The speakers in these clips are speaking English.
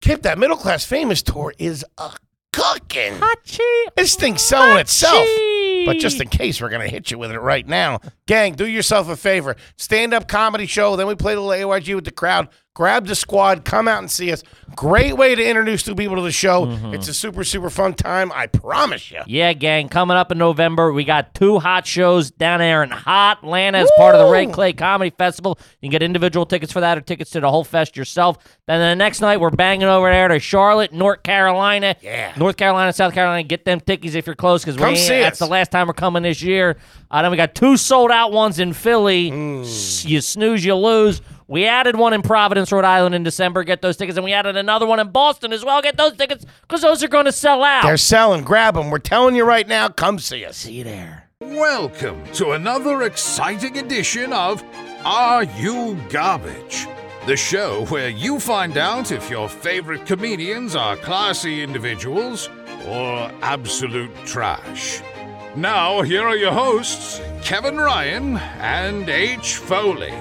tip that middle class famous tour is a cooking. Hachi. This thing's selling itself. But just Hachi. in case, we're going to hit you with it right now. Gang, do yourself a favor. Stand up comedy show. Then we play a little AYG with the crowd. Grab the squad. Come out and see us. Great way to introduce new people to the show. Mm-hmm. It's a super, super fun time. I promise you. Yeah, gang. Coming up in November, we got two hot shows down there in Hot Atlanta as part of the Ray Clay Comedy Festival. You can get individual tickets for that or tickets to the whole fest yourself. Then the next night, we're banging over there to Charlotte, North Carolina. Yeah. North Carolina, South Carolina. Get them tickets if you're close because Come see that's us. the last time we're coming this year. Uh, then we got two sold out ones in Philly. Mm. S- You snooze, you lose. We added one in Providence, Rhode Island in December. Get those tickets. And we added another one in Boston as well. Get those tickets because those are going to sell out. They're selling. Grab them. We're telling you right now. Come see us. See you there. Welcome to another exciting edition of Are You Garbage? The show where you find out if your favorite comedians are classy individuals or absolute trash. Now, here are your hosts, Kevin Ryan and H. Foley.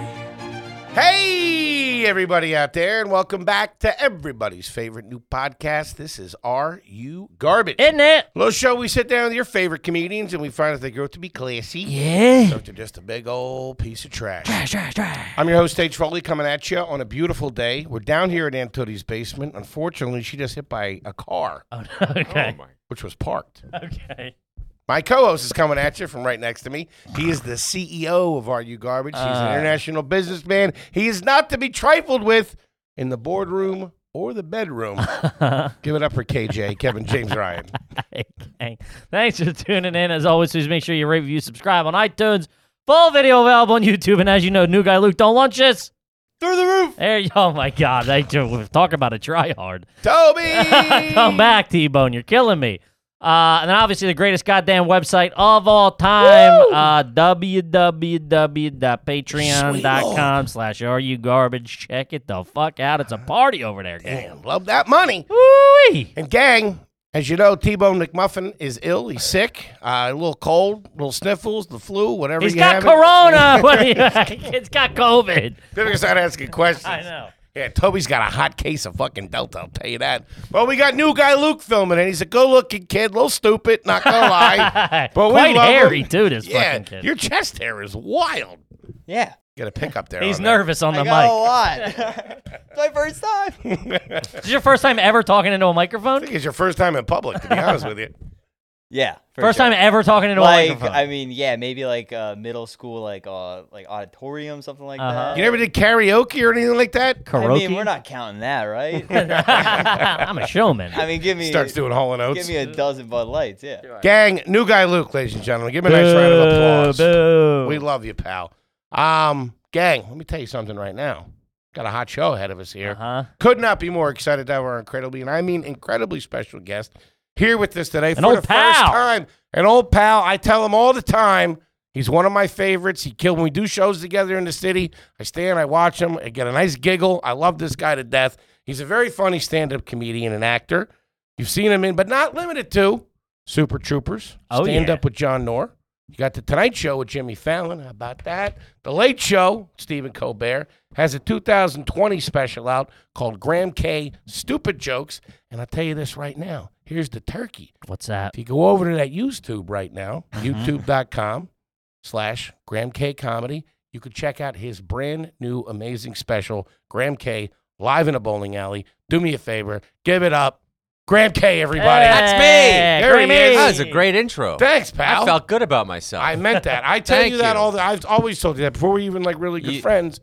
Hey, everybody out there, and welcome back to everybody's favorite new podcast. This is Are You Garbage? Isn't it? Little show, we sit down with your favorite comedians and we find out they grow up to be classy. Yeah. Or they're just a big old piece of trash. Trash, trash, trash. I'm your host, Stage Foley, coming at you on a beautiful day. We're down here at Aunt Tootie's basement. Unfortunately, she just hit by a car, Oh, no, okay. which was parked. okay. My co-host is coming at you from right next to me. He is the CEO of RU Garbage. He's Uh. an international businessman. He is not to be trifled with in the boardroom or the bedroom. Give it up for KJ, Kevin James Ryan. okay. Thanks for tuning in. As always, please make sure you rate, review, subscribe on iTunes. Full video available on YouTube. And as you know, new guy Luke, don't lunch us. Through the roof, There you Oh, my God. I just, talk about a try hard. Toby. Come back, T Bone. You're killing me. Uh, and then obviously the greatest goddamn website of all time, uh, www.patreon.com slash are you garbage. Check it the fuck out. It's a party over there, gang. Damn, love that money. Woo-wee. And gang, as you know, T-Bone McMuffin is ill. He's sick. Uh, a little cold, little sniffles, the flu, whatever. He's you got have it. corona. What do you- it's got COVID. Then I start asking questions. I know. Yeah, Toby's got a hot case of fucking Delta, I'll tell you that. Well, we got new guy Luke filming, and he's a good looking kid, a little stupid, not gonna lie. But we Quite love him. hairy, too, this yeah, fucking kid. Your chest hair is wild. Yeah. You got a pickup there. He's on that. nervous on the I got a mic. lot. it's my first time. This is your first time ever talking into a I microphone? think it's your first time in public, to be honest with you. Yeah. for First sure. time ever talking into a Like microphone. I mean, yeah, maybe like uh, middle school, like uh, like auditorium, something like Uh-huh. that. You never did karaoke or anything like that? I Karaoke? mean, we're not counting that, right? I'm a showman. I mean, give me Starts doing Hall and give Oates. me a dozen Bud Lights, yeah. Gang, new guy Luke, ladies and gentlemen. Give him a nice round of applause. Boo, boo. We love you, pal. Um, gang, let me tell you something right now. Got a hot show ahead of us here. Uh-huh. Could not be more excited to have our incredibly, and I mean incredibly special guest here with us today for old the first pal. time. An old pal. I tell him all the time. He's one of my favorites. He killed when we do shows together in the city. I stand, I watch him, I get a nice giggle. I love this guy to death. He's a very funny stand-up comedian and actor. You've seen him in, but not limited to Super Troopers, Oh, Stand yeah. Up with John Knorr. You got the Tonight Show with Jimmy Fallon. How about that? The Late Show, Stephen Colbert, has a 2020 special out called Graham K. Stupid Jokes. And I'll tell you this right now. Here's the turkey. What's that? If you go over to that YouTube right now, Mm-hmm. youtube.com slash Graham K. Comedy, you could check out his brand new amazing special, Graham K. Live in a Bowling Alley. Do me a favor. Give it up. Graham K., everybody. That's me. There he is. That was a great intro. Thanks, pal. I felt good about myself. I meant that. I tell Thank you that you. all the I've always told you that before we even like really good You- friends.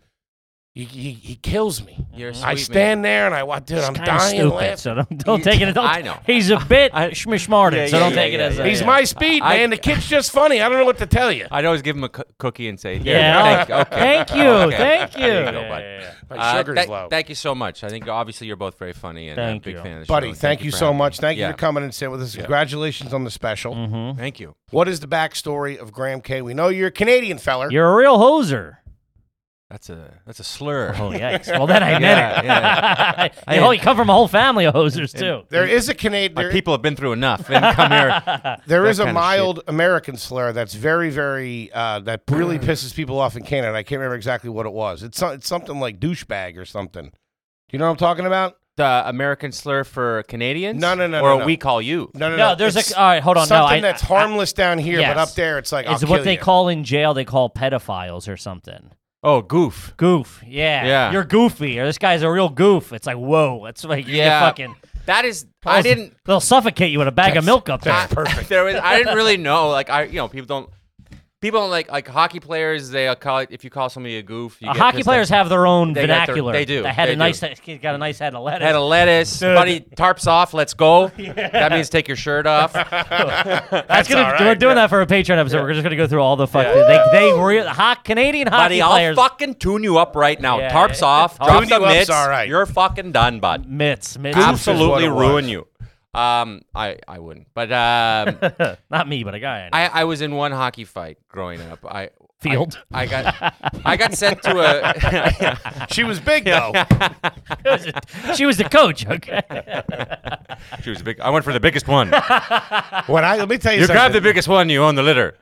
He, he, he kills me. You're a I sweet stand there and I watch, dude, I'm Kinda dying stupid, laughing. so don't, don't You- take it. Don't, I know. He's a bit I- schmishmarted, Yeah, so yeah, don't yeah, take it yeah, as yeah, a. He's my speed, I- man. The kid's just funny. I don't know what to tell you. man. I'd always give him a cu- cookie and say, "Here, Yeah. thank, okay. Thank you. Okay. Thank you. There you go, bud. Yeah, yeah, My Uh, sugar's thank- low. Thank you so much. I think obviously you're both very funny and Thank a big you. fan of the Buddy, show. thank, you for so having me. much. Thank Yeah. you for coming and sitting with us. Congratulations on the special. yeah. Mhm. Thank you. What is the backstory of Graham K? We know you're a Canadian feller. You're a real hoser. That's a that's a slur. Oh yikes! Well, then I meant Yeah, it. yeah. You know, you come from a whole family of hosers too. there is a Canadian. My There, people have been through enough and come here. there that is a kinda shit. mild American slur that's very, very uh, that really pisses people off in Canada. I can't remember exactly what it was. It's, so- it's something like douchebag or something. Do you know what I'm talking about? the American slur for Canadians? No, no, no, Or no, no. we call you. No, no, no. No, there's it's a. All right, hold on. Something no, I, that's I- harmless down here, Yes. but up there, it's like It's I'll what kill they you. call in jail. They call pedophiles or something. Oh, goof. Goof. Yeah. Yeah. You're goofy. Or this guy's a real goof. It's like whoa. It's like you're Yeah. fucking. That is. I didn't. They'll suffocate you in a bag of milk up there. That's perfect. There was. I didn't really know. Like I, you know, people don't. People don't like like hockey players. They call it if you call somebody a goof. You Uh, get hockey pissed off. players have their own They got their- vernacular. they do, They had they a do. nice. He's got a nice head of lettuce. Had a lettuce. Buddy tarps off. Let's go. That means take your shirt off. That's gonna. all We're right, doing that for a Patreon episode. We're just gonna go through all the fucking. They they real hot Canadian hockey buddy, I'll players. fucking tune you up right now. Yeah. tarps off. Tune Drop the you up's mitts. all right. You're fucking done, bud. mitts, mitts. absolutely it ruin was. you. Um, I I wouldn't, but um, Not me, but a guy. I know. I I was in one hockey fight growing up. I Field. I, I got I got sent to a She was big though. she was the coach. Okay. she was big. I went for the biggest one. When I let me tell you, something. biggest one, you own the litter.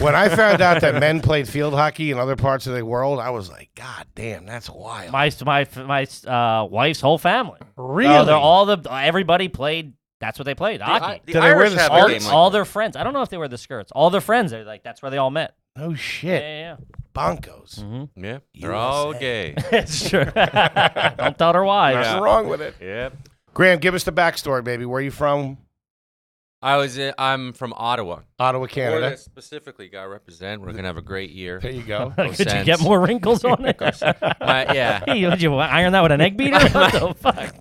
when I found out that men played field hockey in other parts of the world, I was like, God damn, that's wild. my my my uh, wife's whole family. Really? Uh, they're all the everybody played. That's what they played hockey. The Do Oh. they wear Irish the have a all, game like all that. their friends. I don't know if they were the skirts. All their friends. They're like that's where they all met. no Yeah, Oh, shit. yeah, Bonkos. yeah, they're all gay. yeah. it's true. don't tell her why. What's wrong with it? yep. Graham, give us the backstory, baby. Where are you from? I was in, I'm from Ottawa. Ottawa, Canada. Florida specifically, got represent. We're gonna have a great year. There you go. Could you sense. get more wrinkles on it? My, yeah, Hey, would you iron that with an egg beater? what the fuck?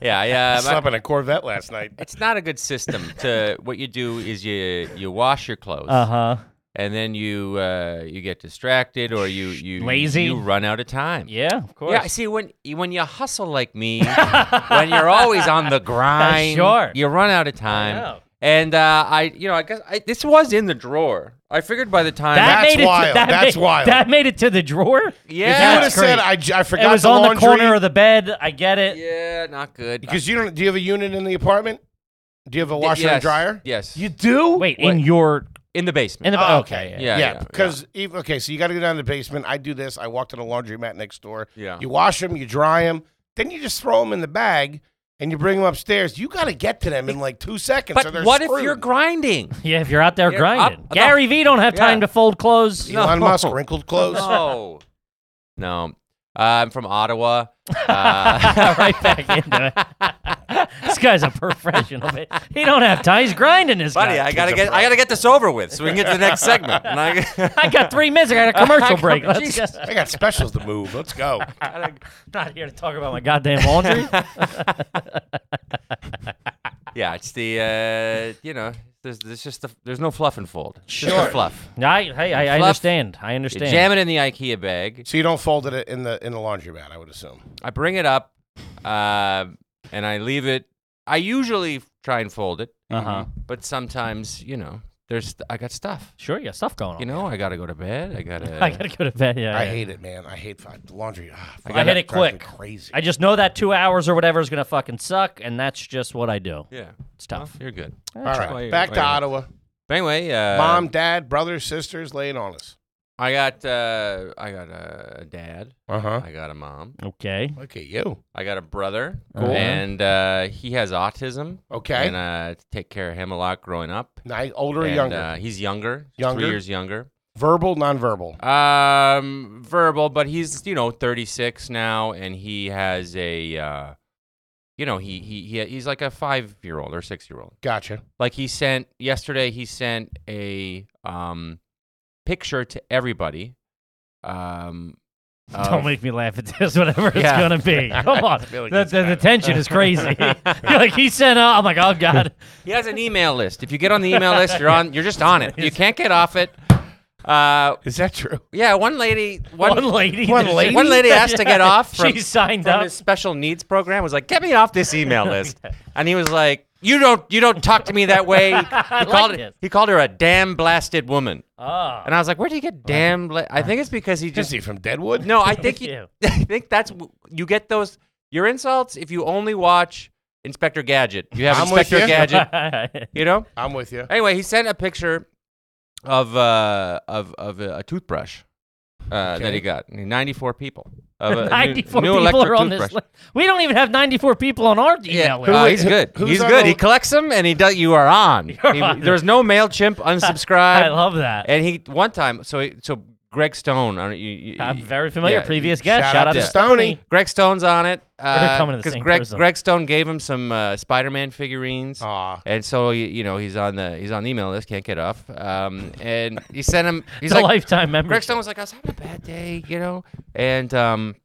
yeah, yeah. I my- slept in a Corvette last night. it's not a good system. To what you do is you you wash your clothes. Uh huh. and then you uh, you get distracted or you you Lazy. you run out of time. Yeah, of course. Yeah, I see when when you hustle like me, when you're always on the grind, Sure. you run out of know. time. And uh, I, you know, I guess I, this was in the drawer. I figured by the time, That That's made it To, wild. that That's made, wild. That made it to the drawer. If you Yeah, would have that's said, great. I, j- I forgot it was the on laundry, the corner of the bed. I get it. yeah, not good. Uh, because you don't. Do you have a unit in the apartment? Do you have a washer and Yes, dryer? Yes, You do. Wait, What? in your in the basement. in the Oh, okay. okay. yeah. yeah, yeah, because ev okay, so you got to go down to the basement. I do this. I walk to the laundromat next door. Yeah. you wash them, you dry them, then you just throw them in the bag and you bring them upstairs. You got to get to them in like two seconds. or But they're what if screwed. you're grinding? Yeah, if you're out there Yeah, grinding. up- Gary Vee don't have time Yeah. to fold clothes. Elon No. Musk wrinkled clothes? No, no. Uh, I'm from Ottawa. Uh, right back into it. this guy's a professional. man. He don't have time. He's grinding this Buddy, guy. I gotta get I gotta get this over with so we can get to the next segment. And I, I got three minutes. I got a commercial break. Let's Jesus. go. I got specials to move. Let's go. Not here to talk about my goddamn laundry. yeah, it's the uh, you know, there's, there's just the, there's no fluff and fold. It's Just Sure. the fluff. I, hey, I, I Fluff. understand. I You understand. jam it in the IKEA bag. So you don't fold it in the in the laundromat, I would assume. I bring it up, uh, and I leave it. I usually try and fold it, Uh-huh. but sometimes you know, there's I got stuff. Sure, you got stuff going on. You know, I gotta go to bed. I gotta. I gotta go to bed. Yeah, I yeah. hate it, man. I hate f- laundry. Ah, fuck, I hit it drives me quick. Crazy. I just know that two hours or whatever is gonna fucking suck, and that's just what I do. yeah, It's tough. Well, you're good. All why you- right, back why to you- Ottawa. But anyway, uh, Mom, dad, brothers, sisters, laying on us. I got uh, I got a dad. Uh Uh-huh. huh. I got a mom. Okay. Look at you. I got a brother, Cool. and uh, he has autism. Okay. and uh, take care of him a lot growing up. Ni- older or And, younger? Uh, he's younger, Younger? three years younger. verbal, nonverbal. Um, verbal, but he's you know 36 now, and he has a, uh, you know, he he, he he's like a five year old or six year old. Gotcha. Like he sent yesterday, he sent a um picture to everybody. Um, Don't of- make me laugh at this. Whatever it's Yeah. gonna be. Come on. Billy the, gets the, the tension is crazy. You're like he sent out. I'm like, oh god. He has an email list. If you get on the email list, you're on. You're just on it. You can't get off it. Uh, Is that true? yeah, one lady, One lady. one that- lady? One lady asked to get off from- she signed from up. his special needs program was like, "Get me off this email list," and he was like, "You don't, you don't talk to me that way." He called like it- this. he called her a damn blasted woman, Ah. and I was like, "Where do you get damn?" Bla-? I think it's because he Is just he from Deadwood? no. I think Yeah. you, I think that's w- you get those your insults if you only watch Inspector Gadget. You have I'm with Inspector you. Gadget, you know. I'm with you. Anyway, he sent a picture of uh of of a, a toothbrush. uh, that he got. 94 people. Of a new- 94 new people electric are on this toothbrush. list. We don't even have 94 people on our email list. Uh, Who- he's good. who's he's on good. the- He collects them, and he does. You are on. He- on. There's no Mailchimp unsubscribe. I love that. And he one time, so he- so Greg Stone. I don't, you, you, I'm you- very familiar. yeah, Previous guest. shout out to Stoney. Greg Stone's on it. They're coming to Because the same Greg prison. Oh. Greg Stone gave him some uh, Spider-Man figurines. Aw. And so y- you know he's on the he's on the email list. Can't get off. Um, and he sent him. It's He's a like lifetime member. Greg Stone was like, I was having a bad day, you know, and um,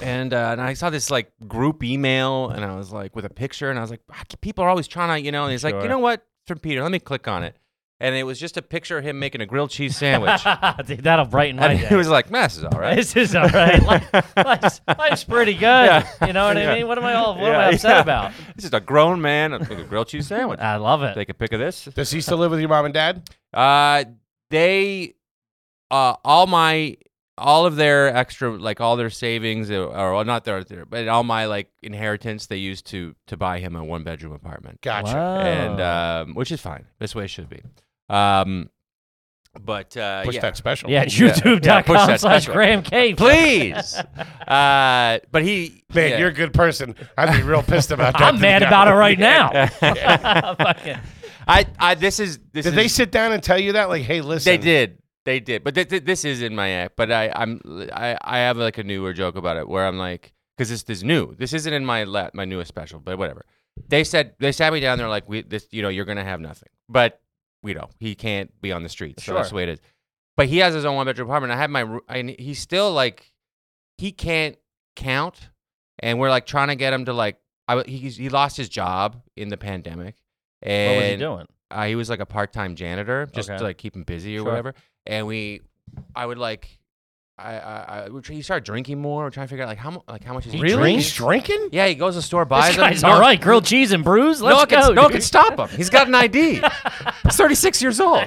and uh, and I saw this like group email, and I was like, with a picture, and I was like, "Ah, people are always trying to, you know, and he's like, you Sure. know what, from Peter, let me click on it, and it was just a picture of him making a grilled cheese sandwich, Dude, that'll brighten my and day. he was like, mess is all right. This is all right. Life, life's, life's pretty good. Yeah. You know what Yeah. I mean? What am I all? What am Yeah, I upset yeah. about? This is a grown man making a grilled cheese sandwich. I love it. Take a pic of this. Does he still live with your mom and dad? Uh, they, uh, all my, all of their extra, like all their savings, uh, or well, not their, their, but all my like inheritance, they used to to buy him a one bedroom apartment, Gotcha. Wow. and Oh. um, which is fine. This way it should be. Um, but uh, Push yeah. that special. yeah, Yeah, push YouTube.com that slash special. Graham K. Please, uh, but he Man, yeah. you're a good person. I'd be real pissed about that. I'm to mad be about it honest. right now. Fucking- I, I this is this Did is, they sit down and tell you that? Like, hey, listen. They did. They did. But th- th- this is in my act. But I, I'm I, I have like a newer joke about it where I'm like, because this is new. This isn't in my la- my newest special. But whatever. They said they sat me down. They're like, we this you know you're gonna have nothing. But we know he can't be on the streets. So that's the way it is. But he has his own one bedroom apartment. I have my roo- and he's still like he can't count. And we're like trying to get him to like I w- he's, he lost his job in the pandemic. And What was he doing? uh, he was like a part-time janitor just Okay. to like keep him busy or Sure. whatever and we i would like i i, I we tr- he started drinking more we're trying to figure out like how mu- like how much is he Really? drinking? He's drinking? yeah he goes to the store buys This guy's them all right. Grilled cheese and brews. no, one Let's can, go. no one can dude. stop him he's got an id he's 36 years old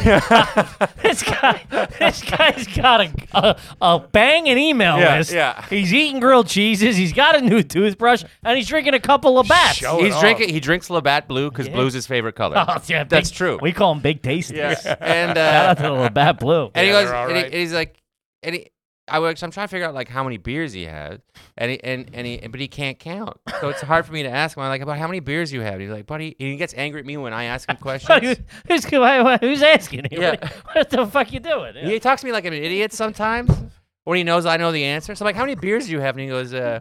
this guy, this guy's got a a, a banging email Yeah, list. yeah. He's eating grilled cheeses. He's got a new toothbrush, and he's drinking a couple of bats. Show it he's off. drinking he drinks labatt blue because Oh, Yeah. blue's his favorite color Oh, yeah, that's Big- true We call him Big Tasty. yeah. and uh, Shout out to the little bat blue. And he Yeah, goes, they're all and, he, right. and he's like, and he, I was, I'm trying to figure out like how many beers he had, and he, and and he, but he can't count, so it's hard for me to ask him. I'm like, about how many beers you have? he's like, buddy, and he gets angry at me when I ask him questions. who's, why- why- who's asking? you? Yeah. What, what the fuck you doing? Yeah. He talks to me like I'm an idiot sometimes, when he knows I know the answer. So I'm like, how many beers do you have? And he goes, uh,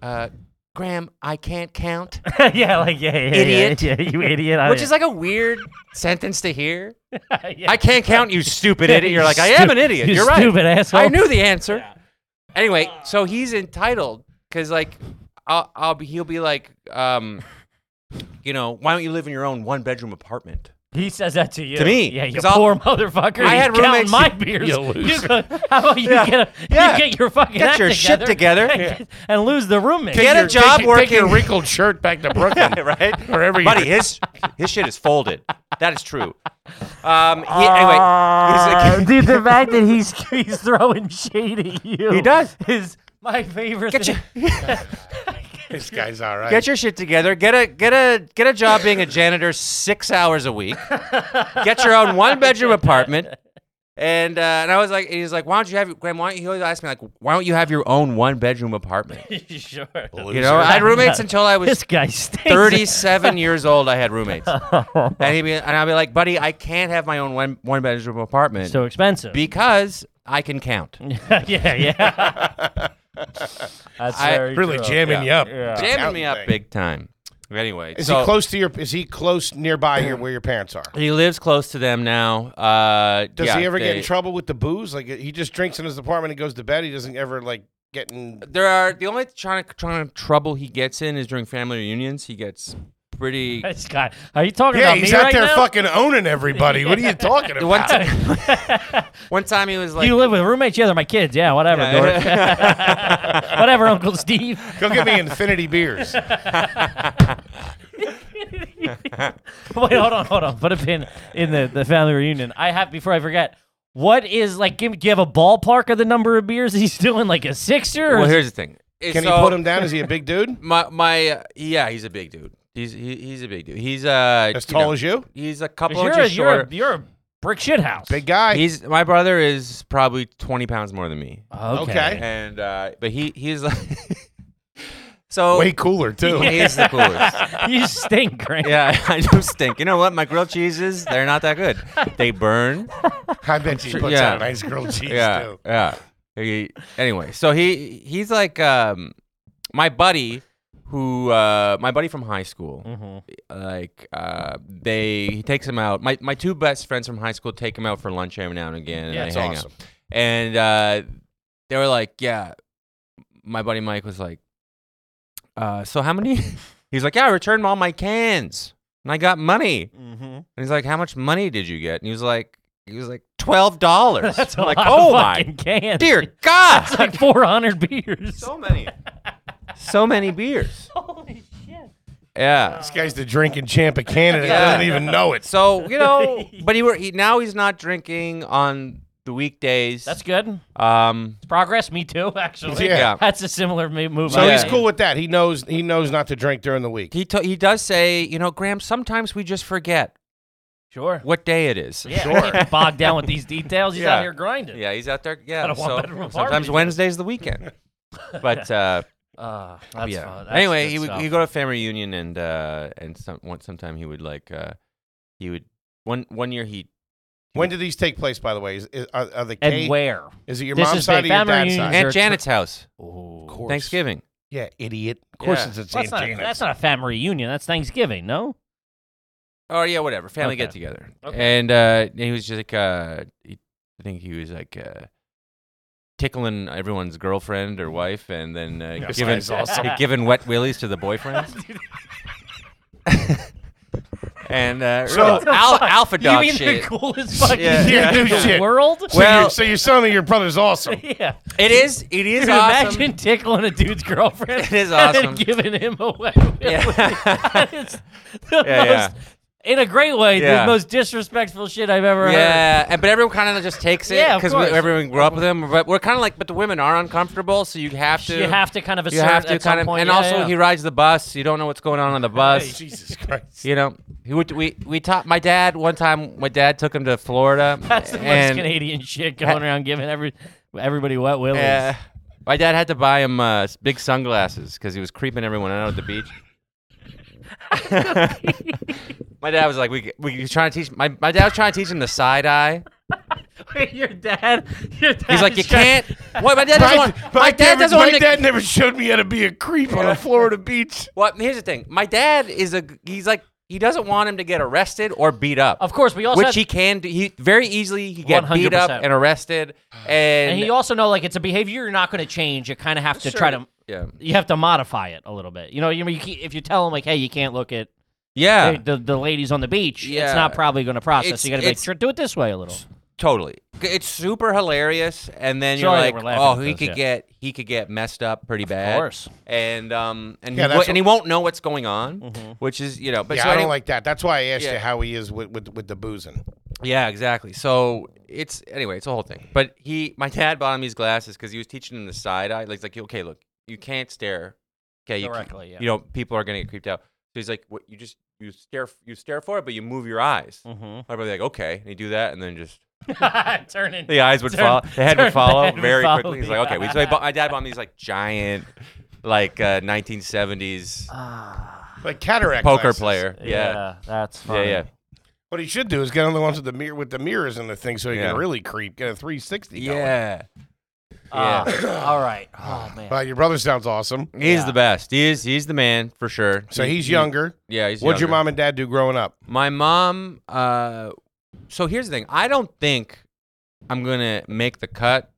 uh, Graham, I can't count, Yeah, like yeah, yeah, yeah, Idiot. Oh, Yeah, you idiot. I- which is like a weird sentence to hear. yeah. I can't count, you stupid idiot. You're like, I am an idiot. You You're right. stupid asshole. I knew the answer. Anyway, so he's entitled because like I'll, I'll be he'll be like um, you know why don't you live in your own one bedroom apartment? He says that to you. To me, yeah, you 'cause I'll- poor motherfucker. I you had count roommates- my beers. you lose. You go- how about you Yeah. get a, Yeah. you get your fucking Get act your shit together. and, and lose the roommate. Get a Your- job take, your- Take your working- wrinkled shirt back to Brooklyn. right? Wherever you- Buddy, his his shit is folded. That is true. Um, he, anyway, he's like, dude, Uh, the fact that he's he's throwing shade at you. He does. Is my favorite. Get thing. This guy's all right. get your shit together. Get a get a get a job being a janitor six hours a week. Get your own one bedroom apartment. And uh, and I was like, and he's like, why don't you have Graham? Why don't you, he always asked me like, why don't you have your own one bedroom apartment? sure. You know, I had roommates until I was This guy stinks. 37 years old. I had roommates, and he'd be, and I'd be like, buddy, I can't have my own one one bedroom apartment So expensive. because I can count. yeah, yeah. That's I- very really true. jamming you up. Yeah. Jamming Counting me up thing. big time. Anyway, Is so he close to your? Is he close nearby here where your parents are? he lives close to them now. Uh, Does yeah, he ever get they- in trouble with the booze? Like he just drinks in his apartment and goes to bed. He doesn't ever like get in. There are the only trying trying trouble he gets in is during family reunions. He gets pretty. This guy. Are you talking Yeah, about he's me out right there now? fucking owning everybody. What are you talking One about? time, one time he was like, you live with roommates? Yeah, they're my kids. Yeah, whatever, dork. whatever, Uncle Steve. Go get me infinity beers. Wait, hold on, hold on. Put a pin in the, the family reunion. I have before I forget. What is like? Give, do you have a ballpark of the number of beers he's doing? Like a sixer? Or "Well, is- here's the thing." Can So- he put him down? Is he a big dude? My my uh, yeah, he's a big dude. He's he, he's a big dude. He's uh As you tall know, as you? He's a 'cause couple you're, a, inches you're, shorter. a, you're a brick shit house. Big guy. He's my brother is probably 20 pounds more than me, okay. Okay. and uh, but he he's like so Way cooler too. he's the coolest. you stink, right? Yeah, I do stink. You know what? My grilled cheeses, they're not that good. They burn. I bet she Sure, puts yeah. out nice grilled cheese yeah, too. yeah. He- anyway, so he he's like um, my buddy, who uh, my buddy from high school. Mm-hmm. Like uh, they he takes him out. My my two best friends from high school take him out for lunch every now and again, and Yeah, they it's hang awesome. out. And uh, they were like, yeah. My buddy Mike was like, uh, so how many? he's like, yeah, I returned all my cans, and I got money. Mm-hmm. And he's like, "How much money did you get?" And he was like, "He was like twelve dollars." That's a I'm like, lot "Oh of my fucking cans. dear God!" It's like 400 beers. so many, so many beers. Holy shit. Yeah. This guy's the drinking champ of Canada. Yeah. Doesn't even know it. So you know, but he were he, now he's not drinking on the weekdays. That's good. um. Progress, me too, actually. Yeah. Yeah. That's a similar me- move. So I he's made. cool with that. He knows he knows not to drink during the week. He to he does say, you know, Graham. Sometimes we just forget Sure. what day it is. Yeah, sure. Getting bogged down with these details. He's out Yeah. here grinding. Yeah, he's out there. Yeah. Got a So one-bedroom apartment. sometimes Wednesday's the weekend. But uh, Uh, that's yeah. fun. That's anyway, good he would stuff. he go to family reunion and uh and some one sometime he would like uh he would one one year he When do these take place, by the way? Is, is, are, are the and cake- where? Is it your This mom's is side or big your family dad's reunion. side? there a Aunt tr- Janet's house Of course. Thanksgiving. Yeah, idiot. Of course Yeah. it's at St. That's not, Janet's. that's not a family reunion. That's Thanksgiving, no? Oh yeah, whatever family Okay. get together. Okay. And uh he was just like uh he, I think he was like uh tickling everyone's girlfriend Mm-hmm. or wife and then uh, That giving sounds awesome. he- giving wet willies to the boyfriends. and uh So- real al- alpha You dog mean shit. the coolest fucking Yeah, thing yeah. in the Shit. world? so, Well- your, so your son or your brother's awesome. yeah. it is it is Dude, awesome. Imagine tickling a dude's girlfriend. It is And then awesome. giving him away. Yeah. it's the Yeah, yeah. most, in a great way, Yeah. the most disrespectful shit I've ever heard. Yeah, and, but everyone kind of just takes it Yeah, of because course. Mm-hmm. everyone grew up with them. But we're kind of like, but the women are uncomfortable, so you have to, You have to kind of assert you have to at some kind of, point. and yeah, also yeah. he rides the bus. You don't know what's going on on the bus. Jesus Christ. You know, he would, we we taught my dad one time. My dad took him to Florida. That's the most and, Canadian shit going around giving every everybody wet willies. uh, my dad had to buy him uh, s- big sunglasses because he was creeping everyone out at the beach. my dad was like, we we were trying to teach my my dad was trying to teach him the side eye. your dad, your dad. He's like, is you trying- can't. What my dad My, doesn't want. my My dad never, doesn't my want. him to- dad never showed me how to be a creep on a Florida beach. Well, here's the thing. My dad is a. He's like he doesn't want him to get arrested or beat up. Of course, we also which have- he can do. He very easily he get beat up 100%. and arrested, and, and you also know like it's a behavior you're not going to change. You kind of have to try to. yeah You have to modify it a little bit. You know, you, you can't- if you tell them like, hey, you can't look at yeah the, the, the ladies on the beach, it's Yeah. not probably going to process. It's- you got to be like, it's- "Sure, do it this way a little. totally. It's super hilarious, and then Sorry that you're we're like, laughing oh, at he this, could yeah. get he could get messed up pretty bad, course. and um and Yeah, he, that's wo- what- and he won't know what's going on, Mm-hmm. which is you know. But Yeah, so I don't anyway- like that. That's why I asked Yeah. you how he is with, with, with the boozing. Yeah, exactly. So it's anyway, it's a whole thing. But he, my dad, bought him these glasses because he was teaching him the side eye. Like, he's like okay, look, you can't stare. Okay, you, can't- Directly, yeah. you know, people are gonna get creeped out. So he's like, what? You just you stare, you stare for it, but you move your eyes. Mm-hmm. I'd be like, okay, and you do that, and then just Turn in. the eyes would Turn- follow, the head turn would follow back and very follow quickly. He's the like, okay, we, so he bought, my dad bought me these like giant, like uh, 1970s Like cataract poker glasses. player. Yeah, Ah, that's yeah, yeah. funny. What he should do is get on the ones with the mirror with the mirrors and the thing, so he Yeah. can really creep. Get a 360. going. Yeah. Ah, all right. Oh man. Wow, your brother sounds awesome. He's Yeah. the best. He is. He's the man for sure. So He- he's he- younger. Yeah, he's. What'd your younger. mom and dad do growing up? My mom. Uh, so here's the thing. I don't think I'm gonna make the cut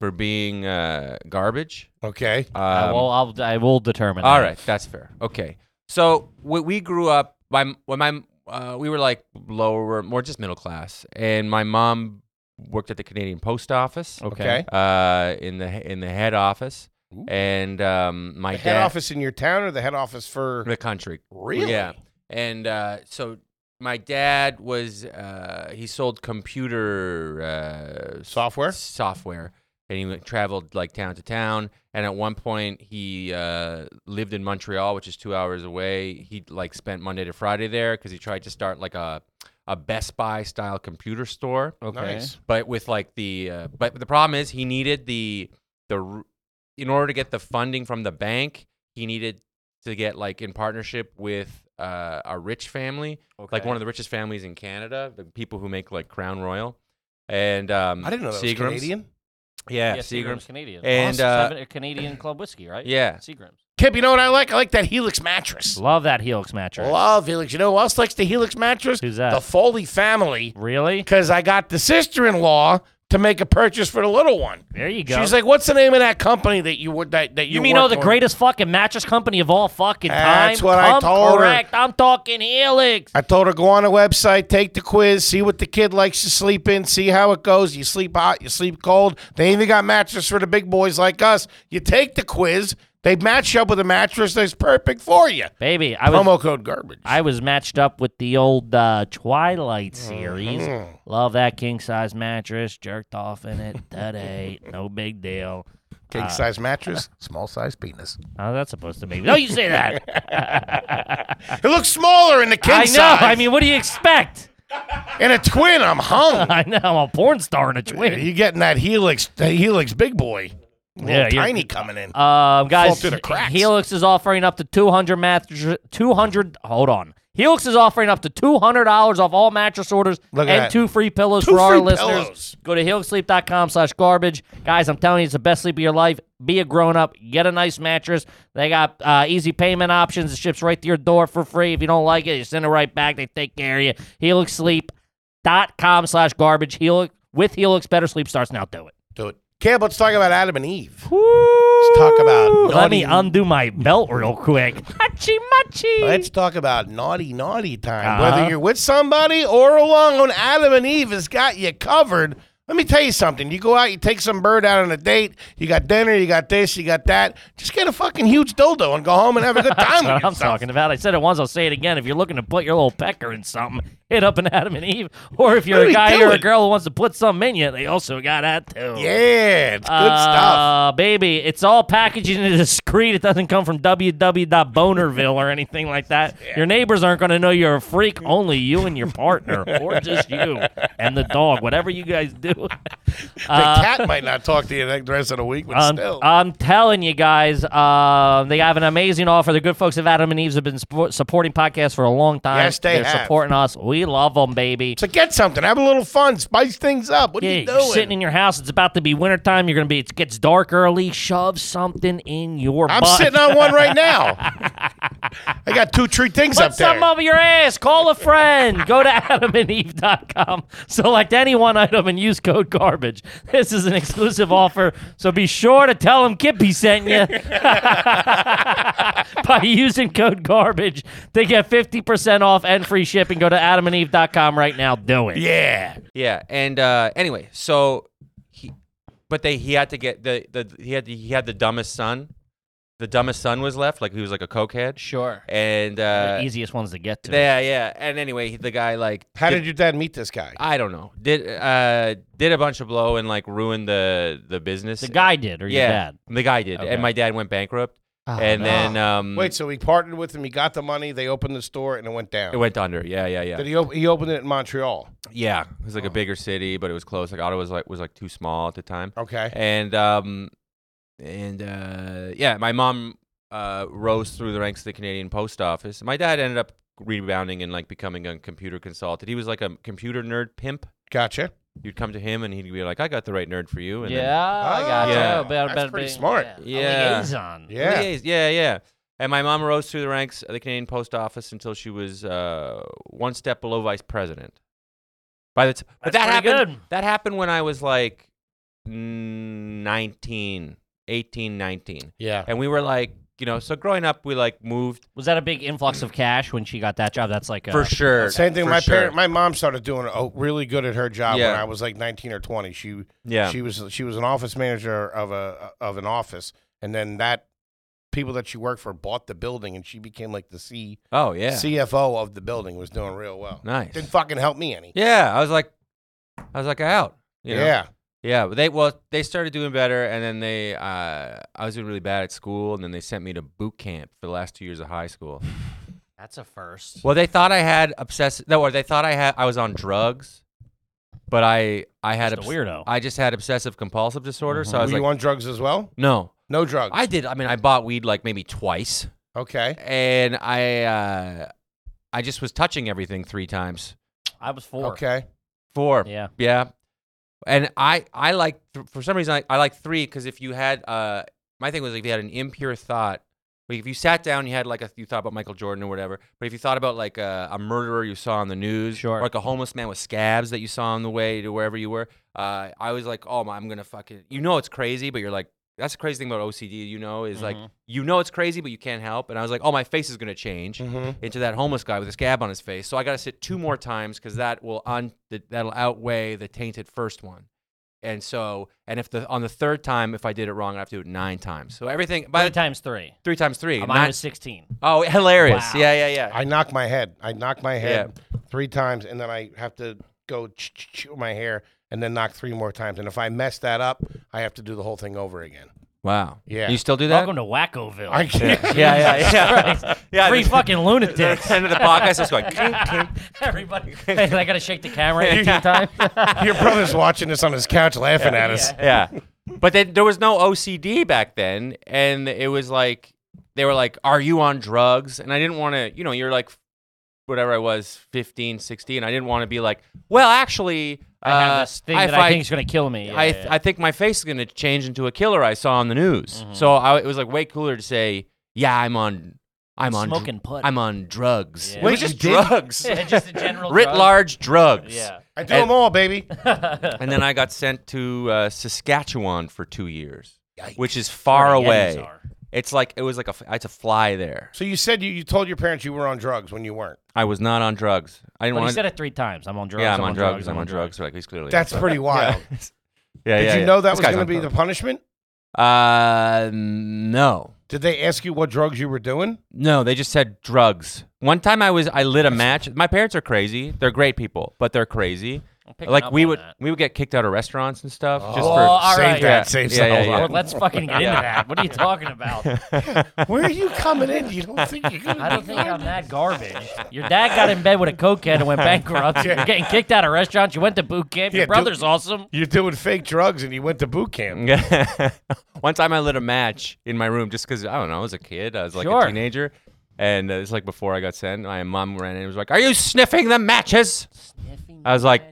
for being uh, garbage. Okay. I Um, will. I'll, I will determine. all that. right, that's fair. Okay. So we, we grew up. My m- when my uh, we were like lower, more just middle class, and my mom worked at the Canadian Post Office. Okay. Okay. Uh, in the he- in the head office, Ooh. and um, my The dad head office in your town or the head office for the country. really? Yeah. And uh, so my dad was uh, he sold computer uh, s- Software? software, and he went, traveled like town to town. And at one point, he uh, lived in Montreal, which is two hours away. He like spent Monday to Friday there because he tried to start like a a Best Buy style computer store, Okay. Nice. but with like the uh, but the problem is he needed the the r- in order to get the funding from the bank, he needed to get like in partnership with uh, a rich family, like one of the richest families in Canada, the people who make like Crown Royal. And um, I didn't know that was Seagram's. Canadian. Yeah, yeah, Seagram's. Seagram's Canadian. And, Awesome. uh, Seven- a Canadian club whiskey, right? yeah. Seagram's. Kip, you know what I like? I like that Helix mattress. Love that Helix mattress. Love Helix. You know who else likes the Helix mattress? Who's that? The Foley family. Really? Because I got the sister-in-law to make a purchase for the little one. There you go. She's like, "What's the name of that company that you would that, that you you mean oh the work on?" greatest fucking mattress company of all fucking time? That's what I Come told her. correct. I'm talking Helix. I told her go on a website, take the quiz, see what the kid likes to sleep in, see how it goes. You sleep hot, you sleep cold. They even got mattresses for the big boys like us. You take the quiz, they match you up with a mattress that's perfect for you. Baby, I was Promo code garbage. I was matched up with the old uh, Twilight series. Mm-hmm. Love that king size mattress. Jerked off in it today. no big deal. uh, King size mattress, small size penis. How's that supposed to be? No, you say that. It looks smaller in the king I know. size. I mean, what do you expect? in a twin, I'm hung. I know. I'm a porn star in a twin. you getting that helix, that helix big boy? Little Yeah, you're- tiny coming in. Um, guys, through the cracks. Helix is offering up to 200 mattress 200 hold on. Helix is offering up to $200 off all mattress orders Look and at that. two free pillows Two for our free listeners. pillows. Go to helixsleep.com slash garbage. Guys, I'm telling you, it's the best sleep of your life. Be a grown-up. Get a nice mattress. They got uh, easy payment options. It ships right to your door for free. If you don't like it, you send it right back. They take care of you. Helixsleep.com slash garbage. Helix, with Helix, better sleep starts now. Do it. Do it. Cam, let's talk about Adam and Eve. Let's talk about Let naughty- me undo my belt real quick. Hachi machi. Let's talk about naughty, naughty time. Uh-huh. Whether you're with somebody or alone, Adam and Eve has got you covered. Let me tell you something. You go out, you take some bird out on a date, you got dinner, you got this, you got that. Just get a fucking huge dildo and go home and have a good time with That's what I'm yourself. talking about. I said it once. I'll say it again. If you're looking to put your little pecker in something, hit up an Adam and Eve. Or if What you're are a we guy or a doing? girl who wants to put something in you, they also got that too. Yeah, it's good stuff. Uh, baby, it's all packaged in a discreet. It doesn't come from www.bonerville or anything like that. Your neighbors aren't going to know you're a freak. Only you and your partner, or just you and the dog, whatever you guys do. The uh, cat might not talk to you the rest of the week, but I'm, still. I'm telling you guys, um, they have an amazing offer. The good folks of Adam and Eve's have been support- supporting podcasts for a long time. Yes, they are have. supporting us. We love them, baby. so get something. Have a little fun. Spice things up. What are Yeah, you you're doing? sitting in your house. It's about to be wintertime. You're gonna be. It gets dark early. Shove something in your I'm butt. sitting on one right now. I got two, three things Put up there. something over your ass. Call a friend. Go to adamandeve.com. Select any one item and use code garbage. This is an exclusive offer, so be sure to tell them Kippy sent you by using code garbage. They get 50% off and free shipping. Go to adamandeve.com right now. Do it. yeah. Yeah, and uh, anyway, so he, but they he had to get the the he had the, he had the dumbest son. The dumbest son was left, like he was like a cokehead, Sure. and uh, the easiest ones to get to. yeah, yeah. And anyway, he- the guy like How did your dad meet this guy? I don't know did uh did a bunch of blow and like ruined the the business. the guy did, or your yeah, dad. the guy did, Okay. and my dad went bankrupt, Oh, and no. then um Wait, so he partnered with him. He got the money. They opened the store, and it went down. it went under. Yeah, yeah, yeah, Did he? Op- he opened it in Montreal. yeah. It was like Oh. a bigger city, but it was close. Like Ottawa was like was like too small at the time. Okay. and um and uh yeah my mom uh rose through the ranks of the canadian post office my dad ended up rebounding and like becoming a computer consultant he was like a computer nerd pimp Gotcha. you'd come to him and he'd be like i got the right nerd for you and then- Yeah, I got Oh, yeah. you. About- That's about pretty being- smart. Yeah. A liaison. Yeah. Liais- yeah yeah and my mom rose through the ranks of the canadian post office until she was uh one step below vice president by the t- That's but that pretty happened good. that happened when i was like 19 18 19 Yeah. and we were like you know so growing up we like moved Was that a big influx of cash when she got that job? That's like a, for sure Same thing. for my sure. parent, my mom started doing oh, really good at her job when Yeah. I was like 19 or 20. She yeah she was she was an office manager of a of an office, and then that people that she worked for bought the building, and she became like the C, oh yeah CFO of the building. Was doing real well. nice Didn't fucking help me any. yeah i was like i was like out you know? Yeah. yeah but they well they started doing better and then they uh i was doing really bad at school and then they sent me to boot camp for the last two years of high school That's a first. Well, they thought I had obsessive. No, or they thought I had. I was on drugs, but I I had Just a weirdo. I just had obsessive compulsive disorder. So I Mm-hmm. Were was you like, on drugs as well? no, No drugs. I did. I mean, I bought weed like maybe twice, okay. and I uh, I just was touching everything three times, I was four. Okay. four. Yeah. Yeah. And I I like th- for some reason I, I like 3 cuz if you had uh my thing was if you had an impure thought like if you sat down you had like a you thought about Michael Jordan or whatever but if you thought about like a, a murderer you saw on the news Sure. or like a homeless man with scabs that you saw on the way to wherever you were uh I was like oh my, I'm going to fucking you know it's crazy but you're like that's the crazy thing about OCD you know is like Mhm. you know it's crazy but you can't help and I was like oh my face is going to change Mm-hmm. into that homeless guy with a scab on his face. So I got to sit two more times because that will un- th- that'll outweigh the tainted first one. And so, and if the on the third time, if I did it wrong, I have to do it nine times. So everything by Three the time times three. three times three. Mine nine- was 16. oh, hilarious! Wow. Yeah, yeah, yeah. I knock my head. I knock my head three times, and then I have to go ch- ch- chew my hair, and then knock three more times. And if I mess that up, I have to do the whole thing over again. wow. Yeah. You still do that? Welcome to Wackoville. I can't. yeah, yeah, yeah. yeah. Three fucking lunatics. end of the podcast. It's going. "Tink, tink." Everybody. Hey, I got to shake the camera 18 times. Your brother's watching this on his couch, laughing at us. yeah. But then there was no OCD back then, and it was like they were like, "Are you on drugs?" And I didn't want to, you know, you're like whatever I was, 15, 16. I didn't want to be like, "Well, actually, I have uh, this thing I that I fight- think is going to kill me. Yeah, I, yeah, Mm-hmm. yeah. I think my face is going to change into a killer I saw on the news." So I, it was like way cooler to say, "Yeah, I'm on, I'm on, dr- Smoking put. I'm on drugs." Yeah. It was Wait, just you did- drugs, Yeah, just a general writ drug. large drugs. Yeah. I do them all, baby. and then I got sent to uh, Saskatchewan for two years, Yikes. which is far Where the Yetis away. are. It's like it was like a f- I had to fly there. So you said you, you told your parents you were on drugs when you weren't. I was not on drugs. I didn't But he want. said it three times. I'm on drugs. yeah, I'm on drugs. I'm on drugs. Like he's clearly. on That's drugs. pretty wild. Yeah, Did yeah, you yeah. know that This was guy's going to on be the drugs. punishment? Uh, no, Did they ask you what drugs you were doing? no. They just said drugs. One time I was I lit a match. My parents are crazy. They're great people, but they're crazy. picking Like up we on would that. we would get kicked out of restaurants and stuff just Oh, for. all save right. that, Yeah. save Yeah, yeah, some. yeah. Well, let's fucking get into that. What are you talking about? Where are you coming in? You don't think you're going to I don't think I'm that garbage. Your dad got in bed with a cokehead and went bankrupt. You're getting kicked out of restaurants. You went to boot camp. Your Yeah, do- brother's awesome. You're doing fake drugs and you went to boot camp. Yeah. One time I lit a match in my room just because I don't know. I was a kid. I was like Sure. a teenager, and uh, it's like before I got sent. My mom ran in and was like, "Are you sniffing the matches?" I was like,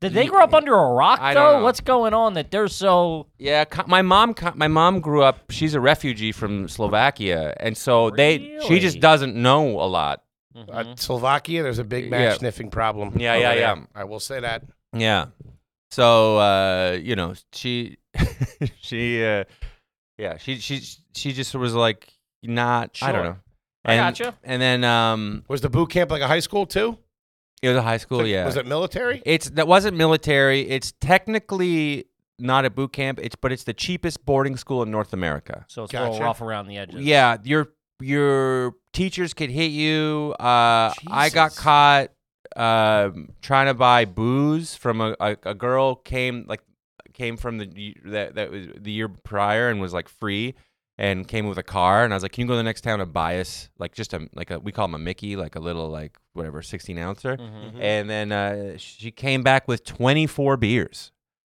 Did they grow up under a rock I don't though? know. What's going on that they're so? "Yeah." co- My mom. co- My mom grew up. She's a refugee from Slovakia, and so they. She Really? just doesn't know a lot. Uh, Slovakia, there's a big match Mm-hmm. Yeah. sniffing problem. Yeah, over yeah, there. yeah. I will say that. Yeah. So uh, you know, she she uh yeah, she she she just was like not I Sure. don't know. I And, gotcha. And then um Was the boot camp like a high school too? it was a high school, Like, yeah. Was it military? It's that wasn't military. It's technically not a boot camp. It's but it's the cheapest boarding school in North America. So it's a Gotcha. little rough around the edges. Yeah, your your teachers could hit you. Uh, I got Jesus. caught um trying to buy booze from a, a, a girl came like came from the y- that that was the year prior and was like free and came with a car and I was like, can you go to the next town to buy us like just a like a we call them a Mickey like a little like whatever sixteen ouncer Mhm. and then uh, she came back with 24 beers.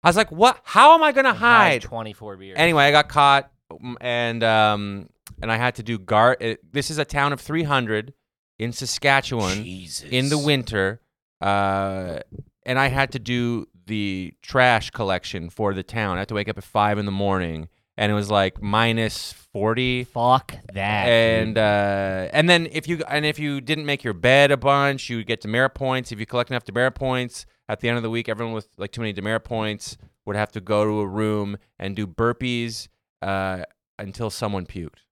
I was like, "What? How am I gonna hide?" Twenty-four beers. Anyway, I got caught, mm, and um, and I had to do guard. It, this is a town of 300 in Saskatchewan Jesus. in the winter, uh, and I had to do the trash collection for the town. I had to wake up at five in the morning, and it was like minus 40 Fuck that. and uh, and then if you and if you didn't make your bed a bunch, you would get demerit points. If you collect enough demerit points at the end of the week, everyone with like too many demerit points would have to go to a room and do burpees uh, until someone puked.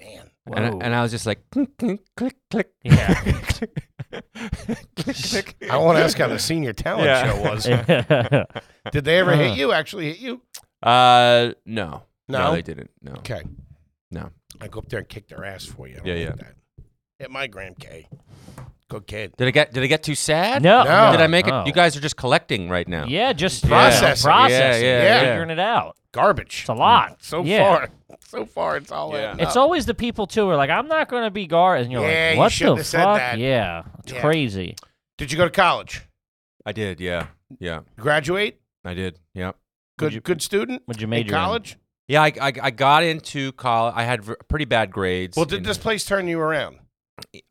man. And I, and I was just like, click, click, click, click. Yeah. click, click. I want to ask how the senior talent Yeah. show was. Dude. Did they ever hit you? Actually hit you? Uh, no. No? they didn't. No. Okay. No. I go up there and kick their ass for you. I don't Yeah, like yeah. that. Hit my gram K. Good kid. Did I get did I get too sad? No. No. Did I make No. it? You guys are just collecting right now. Yeah, just you know, Processing. processing, Yeah, yeah, figuring it out. Garbage. It's a lot. So Yeah. far, so far, it's all Yeah. adding It's up. always the people too who are like, I'm not going to be guard, and you're Yeah, like, you what the shouldn't fuck? have said that. Yeah, it's Yeah. crazy. Did you go to college? I did. Yeah, yeah, Graduate? I did. Yeah, Good, good student. What'd you in major in? college? yeah. I, I, I got into college. I had v- pretty bad grades. Well, did in- this place turn you around?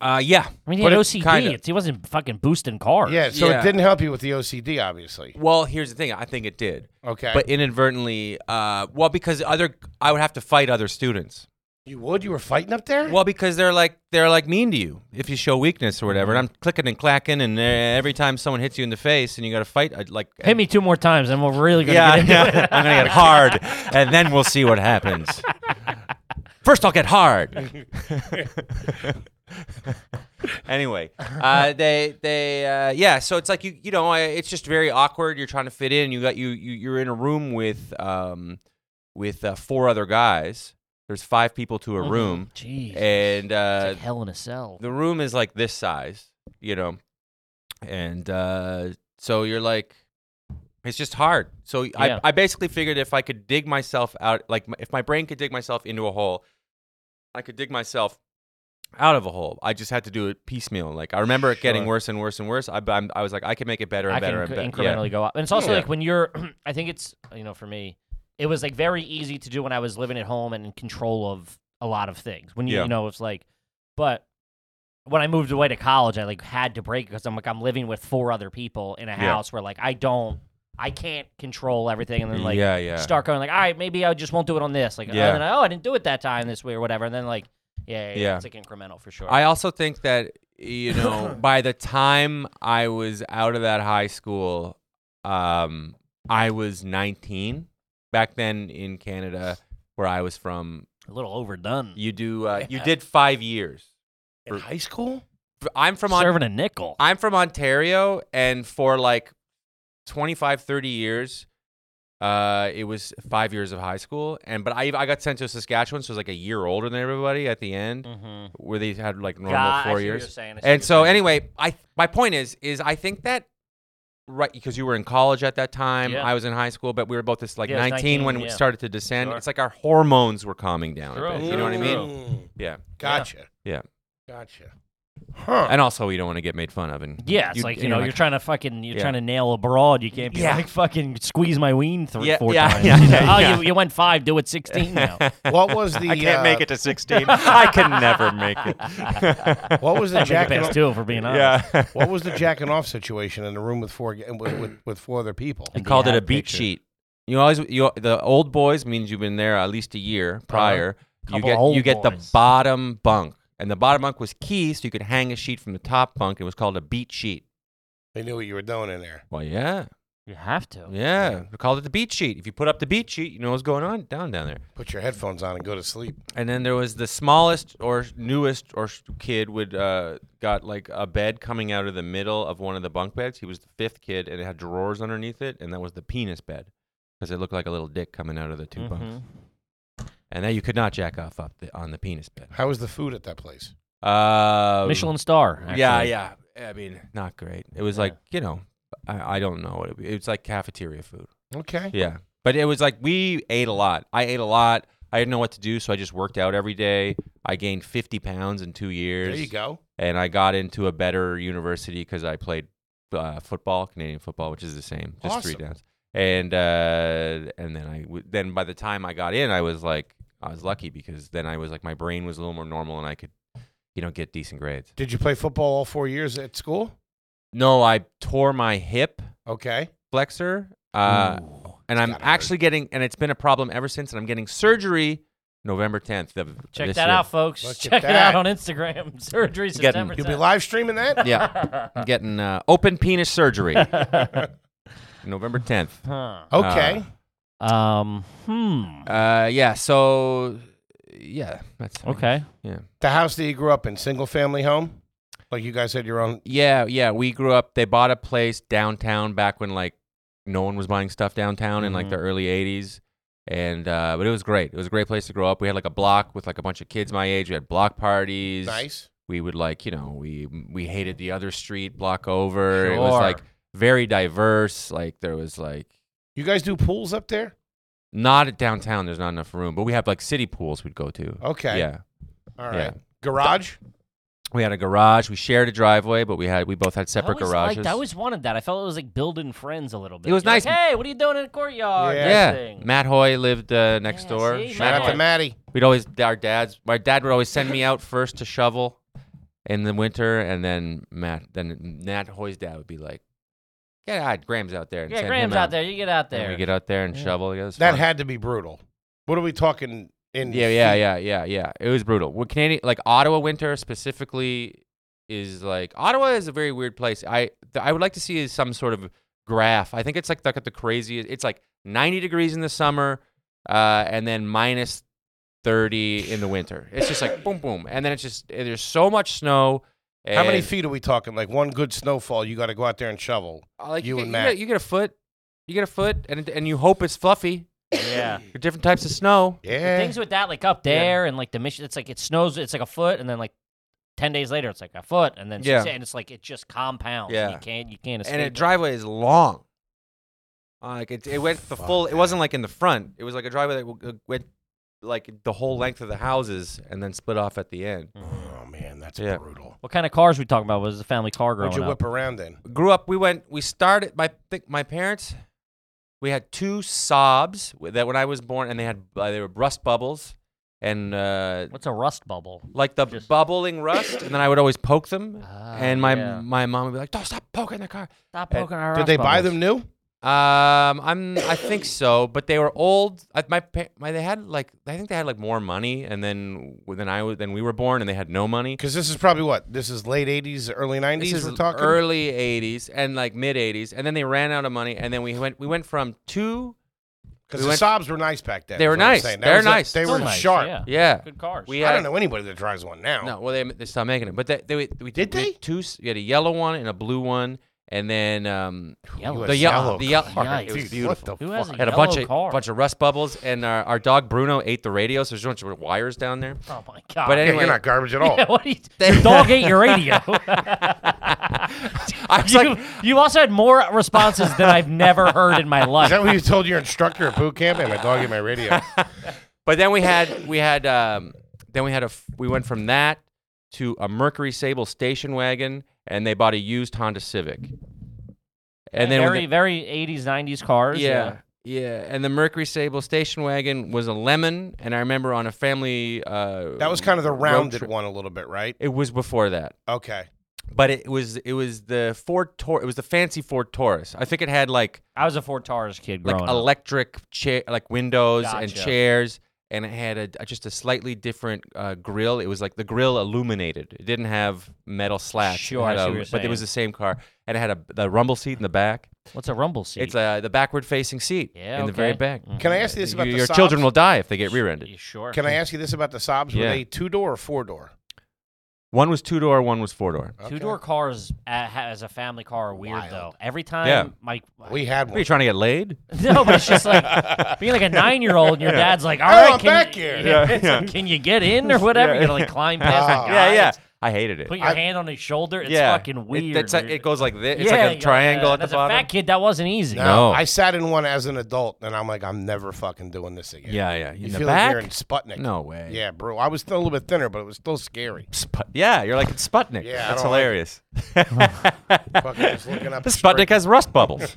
Uh, yeah. I mean, he But had it OCD. kinda- It's, he wasn't fucking boosting cars. Yeah, so Yeah. it didn't help you with the OCD, obviously. Well, here's the thing. I think it did, Okay. but inadvertently. Uh, well, because other, I would have to fight other students. you would? You were fighting up there? Well, because they're like they're like mean to you if you show weakness or whatever. And I'm clicking and clacking, and uh, every time someone hits you in the face, and you got to fight, I'd like Hit me two more times, and we're really gonna Yeah, get into yeah. it. I'm gonna get hard, and then we'll see what happens. First, I'll get hard. anyway, uh, they they uh, yeah. So it's like you you know I, it's just very awkward. You're trying to fit in. You got you, you you're in a room with um with uh, four other guys. There's five people to a Mm-hmm. room, Jeez, and it's uh, like hell in a cell. the room is like this size, you know, and uh, so you're like, it's just hard. So Yeah. I, I basically figured if I could dig myself out, like m- if my brain could dig myself into a hole, I could dig myself out of a hole. I just had to do it piecemeal. Like I remember it getting Sure. worse and worse and worse. I, I'm, I was like, I can make it better and I better can and inc- better. Yeah. incrementally go up. And it's also Yeah. like when you're, I think it's, you know, for me, it was like very easy to do when I was living at home and in control of a lot of things. When you, Yeah. you know, it's like, but when I moved away to college, I like had to break because I'm like, I'm living with four other people in a house where like I don't, I can't control everything. And then like, yeah, yeah. start going like, all right, maybe I just won't do it on this. Like, Yeah. and then, oh, I didn't do it that time this way or whatever. And then like, yeah, yeah, yeah, Yeah. it's like incremental for sure. I also think that you know by the time I was out of that high school, um, I was 19. Back then in Canada, where I was from, a little overdone. you do uh, you Yeah. did five years. in high school? I'm from Ont- Serving a nickel. I'm from Ontario, and for like 25, 30 years, uh, it was five years of high school. And but I I got sent to Saskatchewan, so I was like a year older than everybody at the end, mm-hmm. where they had like normal God, I four see what you're years. saying, I see what you're And so saying. anyway, I my point is is I think that right because you were in college at that time, Yeah. I was in high school, but we were both just like Yeah, I was 19, when 19, we yeah. started to descend. Sure. It's like our hormones were calming down. a True. bit, you know what I mean? Mm. Yeah. Gotcha. Yeah. Gotcha. Huh. And also, you don't want to get made fun of. And Yeah, it's like you and know you're trying to fucking you're Yeah. trying to nail abroad. You can't be Yeah. like fucking squeeze my ween three Yeah, four yeah, times. yeah, you know? yeah, oh, yeah. you, you went five. Do it sixteen now. What was the I can't uh, make it to 16. I can never make it. What was the Make it jack? past two for being honest. Yeah. what was the jacking off situation in the room with four with, with, with four other people? You called it a app beat picture. sheet. You always you the old boys means you've been there at least a year prior. you Couple get old you get boys. the bottom bunk, and the bottom bunk was key, so you could hang a sheet from the top bunk. It was called a beat sheet. They knew what you were doing in there. Well, yeah. You have to. Yeah, we called it the beat sheet. If you put up the beat sheet, you know what's going on down down there. Put your headphones on and go to sleep. And then there was the smallest or newest or sh- kid would uh, got like a bed coming out of the middle of one of the bunk beds. He was the fifth kid, and it had drawers underneath it, and that was the penis bed because it looked like a little dick coming out of the 2 bunks. Mhm. And then you could not jack off up the, on the penis bed. How was the food at that place? Uh, Michelin star. Yeah, actually. yeah. I mean, not great. It was Yeah. like you know, I, I don't know what it, it was like cafeteria food. Okay. Yeah. But it was like we ate a lot. I ate a lot. I didn't know what to do, so I just worked out every day. I gained 50 pounds in two years. There you go. And I got into a better university because I played uh, football, Canadian football, which is the same, just Awesome. three downs. And uh, and then I w- then by the time I got in, I was like I was lucky because then I was like my brain was a little more normal and I could you know get decent grades. Did you play football all four years at school? No, I tore my hip Okay. flexor. Uh, Ooh. and I'm gotta hurt. actually getting, and it's been a problem ever since. And I'm getting surgery November 10th of Check this that year. out, folks. Look at Check it that. out on Instagram. Surgery Getting- September. You'll be live streaming that. Yeah, I'm getting uh, open penis surgery 10th. November 10th. Huh. Okay. Um. Hmm. Uh, yeah. So, yeah, that's Okay. Yeah, the house that you grew up in, single family home, like you guys had your own. yeah, yeah. We grew up. They bought a place downtown back when like no one was buying stuff downtown in like the early 80s. And uh, but it was great. It was a great place to grow up. We had like a block with like a bunch of kids my age. We had block parties. Nice. we would like you know we we hated the other street block over. It was Sure. like very diverse. Like there was like You guys do pools up there? not at downtown. There's not enough room, but we have like city pools we'd go to. Okay. Yeah. All right. yeah. Garage? We had a garage. We shared a driveway, but we had we both had separate I always garages. Liked, I always wanted that. I felt it was like building friends a little bit. It was You're like, nice. hey, what are you doing in the courtyard? Yeah. yeah, Thing. Matt Hoy lived uh, next Yeah, door. see, Shout out Matt to Hoy. Maddie. We'd always our dads. My dad would always send me out first to shovel in the winter, and then Matt, then Matt Hoy's dad would be like, "Get out, Graham's out there." And Yeah, send Graham's him out there. You get out And there. we get out there and Yeah. shovel. Yeah, it was That fun. had to be brutal. What are we talking in? Yeah, yeah, feet? yeah, yeah, yeah. It was brutal. Well, Canadian, like Ottawa winter specifically, is like Ottawa is a very weird place. I th- I would like to see some sort of graph. I think it's like the, the craziest. It's like 90 degrees in the summer, uh, and then minus 30 in the winter. It's just like boom, boom, and then it's just and there's so much snow. How many and- feet are we talking? Like one good snowfall, you got to go out there and shovel. uh, Like you get- and get- Matt? You get a foot. You get a foot, and it- and you hope it's fluffy. yeah. There are different types of snow. Yeah. Things with that, like up there and like the mission, it's like it snows, it's like a foot, and then like ten days later, it's like a foot, and then Yeah. six, and it's like it just compounds. and Yeah. you can't, you can't escape. and a it. driveway is long. Uh, like it, it went the Fuck full. It that. wasn't like in the front. It was like a driveway that w- w- went like the whole length of the houses and then split off at the end. Oh man, that's Yeah. brutal. What kind of cars we talking about? Was the family car growing What'd you up? whip around in? Grew up. We went. We started. My think my parents. We had two Saabs w- that when I was born, and they had uh, they were rust bubbles, and uh, What's a rust bubble? like the Just- bubbling rust. and then I would always poke them, Ah, and my yeah. my mom would be like, "Don't stop poking the car." Stop Uh, poking our Did rust they buy bubbles. them new? Um, I'm. I think so, but they were old. I, my, pa- my, they had like. I think they had like more money, and then then I was then we were born, and they had no money. Because this is probably what this is late '80s, early '90s. This we're is talking. early '80s and like mid '80s, and then they ran out of money, and then we went. We went from two. Because we the went- Saabs were nice back then. They is were what I'm nice. saying. They're was a- nice. they Still were nice, sharp. Yeah. Yeah. Good cars. We I had- don't know anybody that drives one now. No, well they they stopped making them, but they, they, we- we Did we had they? two. s- We had a yellow one and a blue one, and then um Yellow. the a yellow yellow the yellow. car. car. It was Dude, beautiful. What the Who fuck? has a had a yellow bunch of car? bunch of rust bubbles, and our, our dog Bruno ate the radio, so there's a bunch of wires down there. Oh my god. But Yeah, anyway, you're not garbage at all. Yeah, what do you- your dog ate your radio. I was you, like, you also had more responses than I've never heard in my Is that life. what you told your instructor at boot camp? And my dog in my radio. but then we had we had um, then we had a f- we went from that to a Mercury Sable station wagon, and they bought a used Honda Civic. And then when very, the- very 80s, 90s cars. yeah. Yeah, and the Mercury Sable station wagon was a lemon, and I remember on a family. Uh, That was kind of the road rounded trip- one a little bit, right? It was before that, Okay. but it was it was the Ford Tor. It was the fancy Ford Taurus. I think it had like I was a Ford Taurus kid growing like up. electric chair, like windows and Gotcha. chairs, and it had a, a- just a slightly different uh, grill. It was like the grill illuminated. It didn't have metal slats. It Sure, I had see a- what you're but it was saying. the same car, and it had a the rumble seat in the back. What's a rumble seat? It's uh, the backward facing seat Yeah, in the very okay. back. Mm. Can I ask you this about You- the your children Saabs? will die if they get rear-ended. You sure? Can I ask you this about the Saabs? Were Yeah. they two door or four door? One was two door, one was four door. Oh. Two door cars a- ha- as a family car are weird Wild. though. Every time, Yeah. my We had What are you one. trying to get laid? no, but it's just like being like a nine year old, and your dad's like, "All Oh, right, I'm can back you, here." yeah, Yeah, it's yeah. Ah. like, can you get in or whatever?" You gotta like climb past. Oh. the yeah, guy. yeah. It's- I hated it. Put your hand on his shoulder. It's yeah, fucking It- weird. that's like- it, dude. goes like this. Yeah, It's you're like a triangle at the as bottom. A fat kid, that wasn't easy. No. I sat in one as an adult, and I'm like, I'm never fucking doing this again. yeah, yeah. In You the feel like back? you're in Sputnik. no way. Yeah, bro. I was still a little bit thinner, but it was still scary. Sput- yeah, you're like it's Sputnik. Yeah, I that's don't like it. hilarious. Fucking just looking up. This Sputnik has rust bubbles. this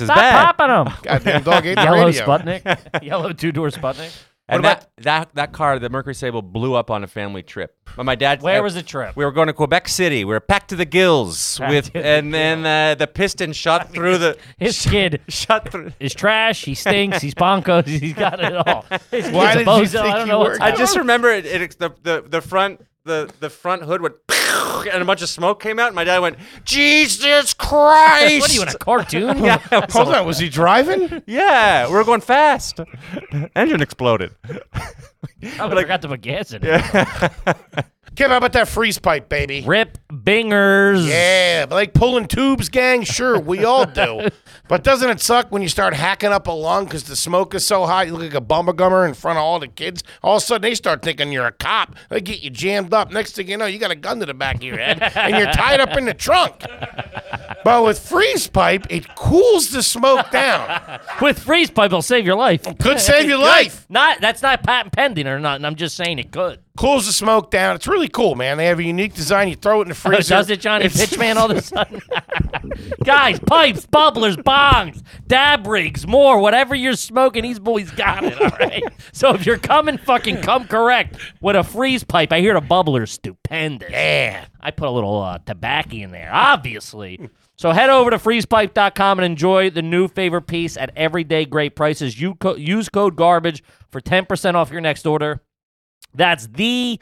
is Stop bad. popping them. Goddamn dog ate the Yellow radio. Sputnik, yellow two door Sputnik. And What about- that, that that car, the Mercury Sable, blew up on a family trip. But my dad. Where I- was the trip? We were going to Quebec City. We were packed to the gills Packed with, to the and then uh, the piston shot through the His kid shot through. is trash. He stinks. He's bonkos. He's got it all. His kid's Why a did you bozo. think I don't he know what's worked? I just remember it. it the, the the front the the front hood went and a bunch of smoke came out. And my dad went, Jesus Christ! What are you in a cartoon? "Yeah, Hold on, was he driving? yeah, we we're going fast." Engine exploded. I would have got them a gas in it. Kim, how about that freeze pipe, baby? Rip bingers. Yeah, but like pulling tubes, gang. Sure, we all do. but doesn't it suck when you start hacking up a lung because the smoke is so hot? You look like a bummer gummer in front of all the kids. All of a sudden, they start thinking you're a cop. They get you jammed up. Next thing you know, you got a gun to the back of your head and you're tied up in the trunk. But with freeze pipe, it cools the smoke down. With freeze pipe, it'll save your life. Could save your life. Not that's not patent pending or not. I'm just saying it could. Cools the smoke down. It's really cool, man. They have a unique design. You throw it in the Oh, freezer. does it, Johnny It's- Pitchman? All of a sudden, guys, pipes, bubblers, bongs, dab rigs, more, whatever you're smoking, these boys got it. All right. so if you're coming, fucking come correct with a freeze pipe. I hear the bubbler's stupendous. Yeah. I put a little uh, tobacco in there, obviously. So head over to freezepipe.com and enjoy the new favorite piece at everyday great prices. You co- use code garbage for 10% off your next order. That's the E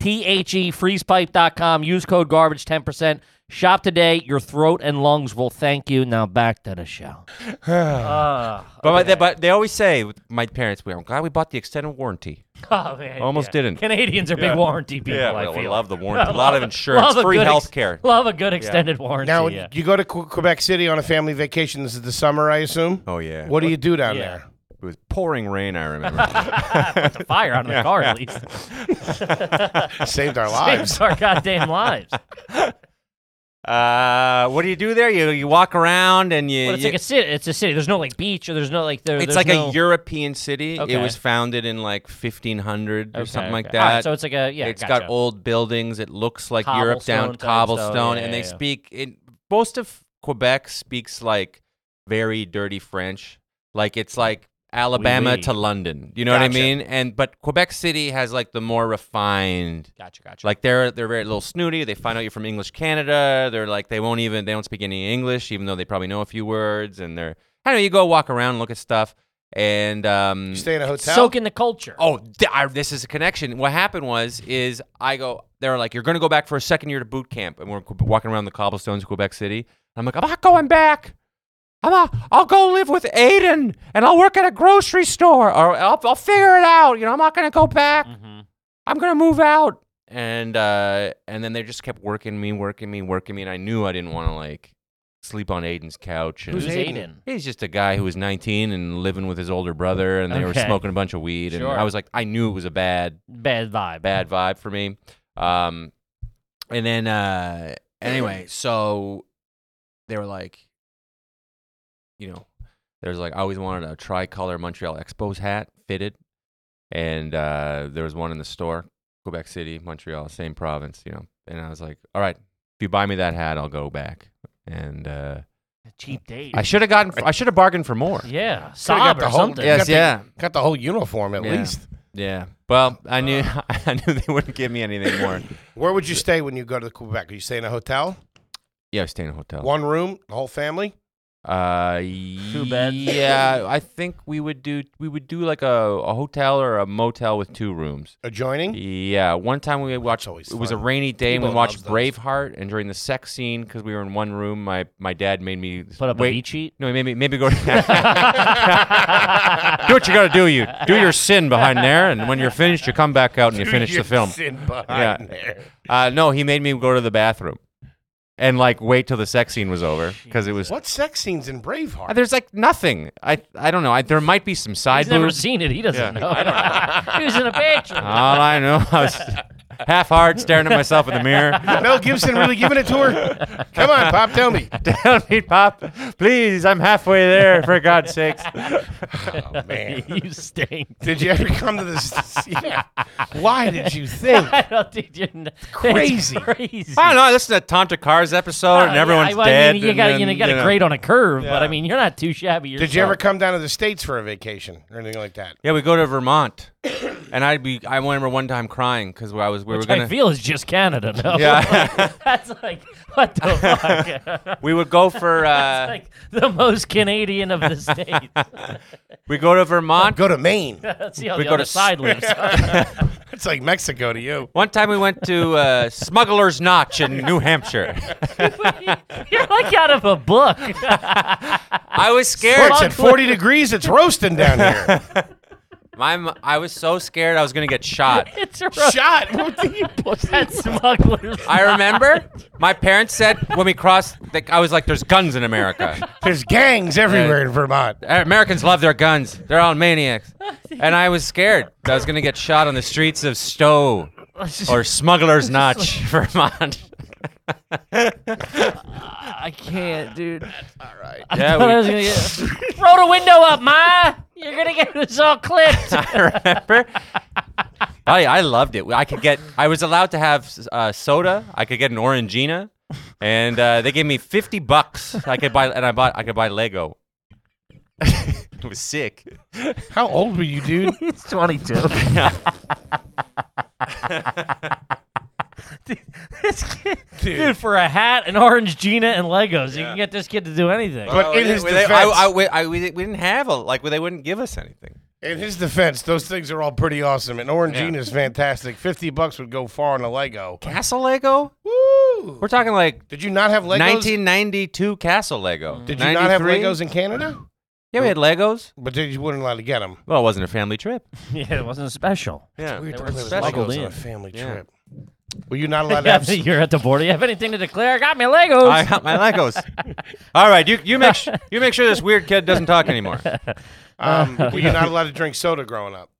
T-H-E, freezepipe.com. Use code garbage 10%. Shop today. Your throat and lungs will thank you. Now back to the show. But, my, they, but they always say, with my parents, we, I'm glad we bought the extended warranty. Oh, man, Almost didn't. Canadians are big warranty people, Yeah, I Well, we feel. love the warranty. a lot of insurance, Love a free good health ex- care. Love a good extended warranty. Now, yeah. you go to Que- Quebec City on a family vacation. This is the summer, I assume. Oh, yeah. What do you do down Yeah. there? It was pouring rain, I remember. the fire out of the car, at least. Saved our Saves lives. our goddamn lives. uh, what do you do there? You, you walk around and you. But it's you- like a city. It's a city. There's no like beach or there's no like. There, it's there's like no... a European city. Okay. It was founded in like 1500 or Okay, something like okay. All right, that. so it's like a yeah. It's gotcha. got old buildings. It looks like Europe Cobblestone down type stuff. cobblestone, Yeah, and yeah, they yeah. speak. In, most of Quebec speaks like very dirty French. Like it's like Alabama Mm. Oui, oui. to London. You know what I Gotcha. mean? And but Quebec City has like the more refined. Gotcha. Gotcha. Like they're they're very little snooty. They find out you're from English Canada. They're like they won't even they don't speak any English, even though they probably know a few words. And they're I don't know. You go walk around, look at stuff, and um, You stay in a hotel. soak in the culture. Oh, th- I, this is a connection. What happened was, is I go, they're like, you're going to go back for a second year to boot camp. And we're qu- walking around the cobblestones of Quebec City. And I'm like, I'm not going back. I'm not, I'll go live with Aiden and I'll work at a grocery store or I'll, I'll figure it out. You know, I'm not going to go back. I'm going to move out. And, uh, and then they just kept working me, working me, working me. And I knew I didn't want to like sleep on Aiden's couch. And Who's Aiden? Aiden? He's just a guy who was 19 and living with his older brother, and they were Okay. smoking a bunch of weed. And Sure. I was like, I knew it was a bad, Bad vibe. bad vibe for me. Um, and then uh, anyway, so they were like, you know, there's like I always wanted a tricolor Montreal Expos hat fitted, and uh, there was one in the store, Quebec City, Montreal, same province, you know. And I was like, all right, if you buy me that hat, I'll go back. And uh, Cheap date. I should have gotten, I should have bargained for more. yeah. got Sob the or whole- something. yeah. Yes, Got the- yeah. Got the whole uniform at Yeah. least. Yeah. Well, I knew I knew they wouldn't give me anything more. Where would you stay when you go to Quebec? Are you staying in a hotel? Yeah, I was staying in a hotel. One room, the whole family? Uh, Too bad. Yeah, I think we would do we would do like a, a hotel or a motel with two rooms. Adjoining? Yeah, one time we watched. Hmm? always It was a fun. rainy day, and we Tebow watched loves Braveheart. And during the sex scene, because we were in one room, my my dad made me Put up wait, a beat sheet. No, he made me made me go. do what you gotta do. You do your sin behind there, and when you're finished, you come back out and you finish the film. Sin Yeah. behind there. Uh, no, he made me go to the bathroom and like wait till the sex scene was over because it was. What sex scenes in Braveheart? There's like nothing. I I don't know. I, there might be some side He's never boobs. seen it. He doesn't Yeah. know. he was in a picture. All I know, I was half hard staring at myself in the mirror. Mel Gibson really giving it to her? Come on, Pop, tell me. Tell me, Pop, please. I'm halfway there. For God's sakes. Oh, man. you stink. Did you ever come to this? Yeah. Why did you think? I don't think you kn- it's Crazy. Crazy. I don't know. This is a Tantra Cars episode, Oh, and yeah, everyone's I, well, I dead. mean, you and got then, you, know, you got know. a grade on a curve, but I mean, you're not too shabby. Yourself. Did you ever come down to the States for a vacation or anything like that? Yeah, we go to Vermont, and I'd be. I remember one time crying because I was. We Which were gonna. I feel is just Canada. No? Yeah. that's like what the fuck. we would go for. Uh, like the most Canadian of the states. we go to Vermont. Go to Maine. Let's see how We the go other to side lives. It's like Mexico to you. One time we went to uh, Smuggler's Notch in New Hampshire. You're like out of a book. I was Boy, scared. it's at 40 degrees. It's roasting down here. My, m- I was so scared I was gonna get shot. It's a Shot. What the- that smuggler's. I remember my parents said when we crossed, that I was like, "There's guns in America. There's gangs everywhere in Vermont. Americans love their guns. They're all maniacs." And I was scared that I was gonna get shot on the streets of Stowe or Smuggler's Notch, Vermont. I can't, dude. Yeah, I was we, gonna get- Roll the window up, Ma. You're gonna get this all clipped. I remember. I, I loved it. I could get. I was allowed to have uh, soda. I could get an Orangina, and uh, they gave me fifty bucks. I could buy, and I bought. I could buy Lego. it was sick. How old were you, dude? He's 22. Dude, this kid, dude. for a hat, an orange Gina, and Legos, you can get this kid to do anything. But in they- his they- defense, I, I, we, I, we we didn't have a like. They wouldn't give us anything. in his defense, those things are all pretty awesome. And Orangina is fantastic. 50 bucks would go far on a Lego. Castle Lego. Woo! We're talking like Did you not have Legos? 1992 Castle Lego. Did you not have 93? Legos in Canada? Yeah, we had Legos. But then you weren't allowed to get them. Well, it wasn't a family trip. Yeah, it wasn't special. Yeah, We were They to were play with special. Legos on Yeah. a family Yeah. trip. Were you not allowed to Yeah, have? you're at the border. You have anything to declare? I got me Legos. I got my Legos. All right, you you make sh- you make sure this weird kid doesn't talk anymore. Um, were you not allowed to drink soda growing up?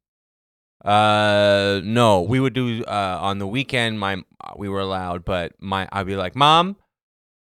Uh, no, we would do uh on the weekend. My we were allowed, but my I'd be like, Mom,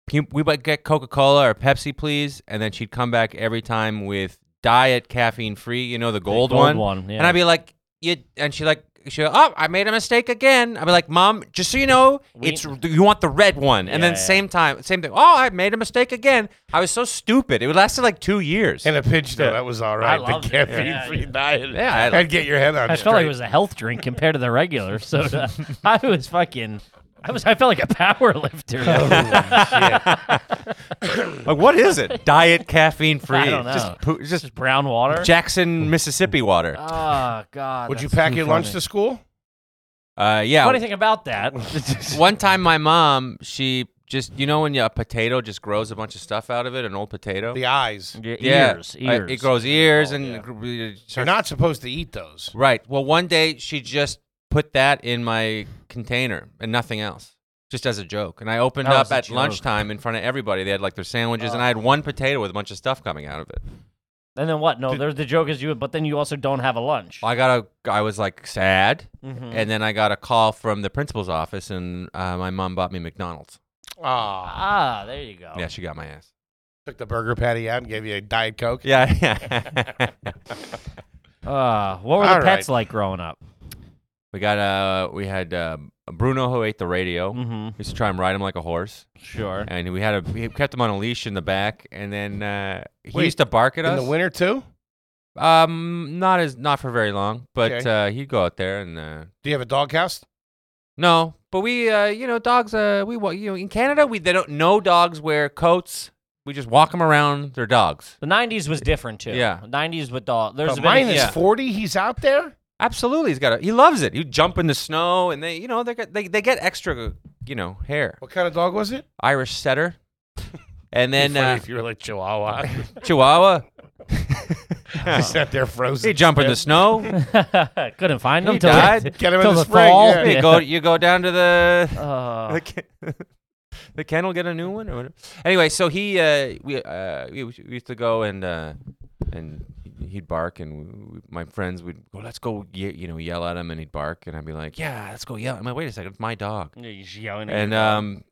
can you, we might get Coca Cola or Pepsi, please. And then she'd come back every time with diet caffeine free. You know the gold, gold one. one, yeah. And I'd be like, you. And she like. She go, oh, I made a mistake again. I'd be like, Mom, just so you know, We- it's you want the red one, and Yeah, then yeah. same time, same thing. Oh, I made a mistake again. I was so stupid. It lasted like two years. In a pinch, though, that was all right. The loved it. Yeah, caffeine-free diet. yeah, I had I'd get your head on I straight. felt like it was a health drink compared to the regular soda. I was fucking. I was. I felt like a power lifter. Like, what is it? Diet caffeine free. I don't know. Just, poo- just Just brown water. Jackson, Mississippi water. oh God. Would you that's pack too your lunch funny. to school? Uh, yeah. Funny thing about that. One time, my mom, she just, you know, when you- a potato just grows a bunch of stuff out of it, an old potato. The eyes. Your Yeah. Ears. Uh, Ears. it grows ears Oh, and yeah. it gr- it You're starts- not supposed to eat those. right. Well, one day she just put that in my container and nothing else. Just as a joke, and I opened That up was a at joke. Oh. lunchtime in front of everybody. They had like their sandwiches, and I had one potato with a bunch of stuff coming out of it. And then what? No, there's the joke is you, but then you also don't have a lunch. I got a, I was like sad, Mhm. eh. and then I got a call from the principal's office, and uh, my mom bought me McDonald's. Ah, Ah, there you go. Yeah, she got my ass. took the burger patty out and gave you a diet coke. Yeah, yeah. Ah, what were the All pets right. like growing up? we got uh, we had uh, Bruno who ate the Oh. radio. Mm-hmm. We used to try and ride him like a horse, Sure. and we had a we kept him on a leash in the back, and then uh, he Wait, used to bark at In us. the winter too? Um, not as not for very long, but Okay. uh, he'd go out there and uh, Do you have a doghouse? no. But we, uh, you know, dogs. Uh, we wa- you know in Canada we they don't no dogs wear coats. We just walk them around. They're dogs. The '90s was different too. Yeah. '90s with dog. There's But been a- minus yeah. forty, he's out there. Absolutely, he's got a, he loves it. You jump in the snow, and they, you know, they get they, they get extra, you know, hair. What kind of dog was it? Irish setter, and Be then funny uh, if you were like Chihuahua, Chihuahua. he sat there frozen. They jump in the snow. Couldn't find them He till died. Get him in till the the spring, fall. yeah. You go you go down to the Uh, the, ken- the kennel, get a new one or whatever. Anyway, so he uh, we uh, we we used to go and uh, and he'd bark, and we, my friends would go, let's go, ye- you know, yell at him, and he'd bark, and I'd be like, yeah, let's go yell. I'm like, wait a second, it's my dog. yeah, he's yelling at and your dog. um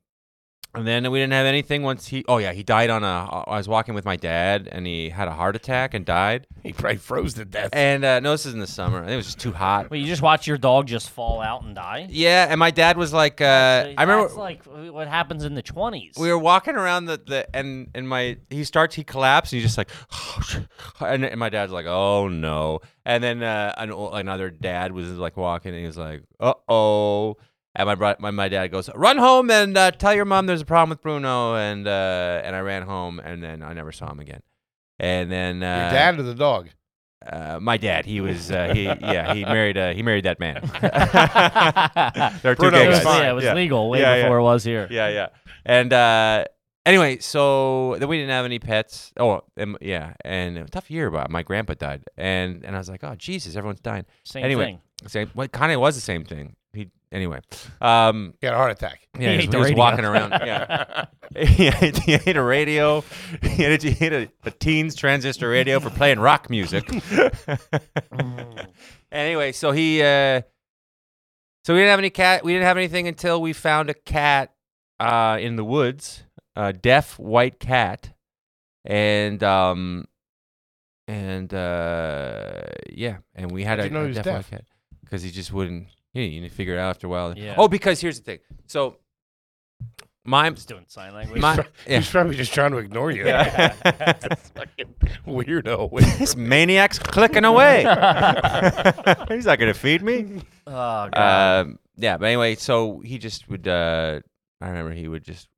and then we didn't have anything once he oh yeah he died on a i was walking with my dad and he had a heart attack and died He probably froze to death. and uh, no this is in the summer and it was just too hot Wait, you just watch your dog just fall out and die. yeah and my dad was like uh Actually, i remember that's like what happens in the 20s. we were walking around the, the and and my he starts he collapsed and he's just like and, and my dad's like oh no and then uh, an, ol- another dad was like walking and he was like uh oh and my, bro- my my dad goes run home and uh, tell your mom there's a problem with Bruno and uh, and I ran home and then I never saw him again and then uh, Your dad or the dog? uh, my dad. He was uh, he yeah he married uh, he married that man. there are two Bruno gay it was, was guys. fine, yeah, it was yeah. legal way Yeah, yeah. before it was here. Yeah, yeah. And uh, anyway, so then we didn't have any pets. Oh, and, yeah, and it was a tough year, but my grandpa died, and and I was like, oh Jesus, everyone's dying. Same anyway, thing. Same. Well, kind of was the same thing. He anyway. Um, He had a heart attack. yeah, He he, ate the was, he was radio. walking around. Yeah, he, ate, he ate a radio. He ate, a- he ate a, a teens transistor radio for playing rock music. anyway, so he, uh, so we didn't have any cat. We didn't have anything until we found a cat uh, in the woods, a deaf white cat, and um, and uh, yeah, and we had How'd a, you know a he was deaf, deaf? white cat because he just wouldn't. Yeah, you need to figure it out after a while. Yeah. Oh, because here's the thing. So my Just doing sign language. my yeah. He's probably just trying to ignore you. Weirdo. this maniac's clicking away. He's not gonna feed me. oh god. Um, yeah, but anyway, so he just would. Uh, I remember he would just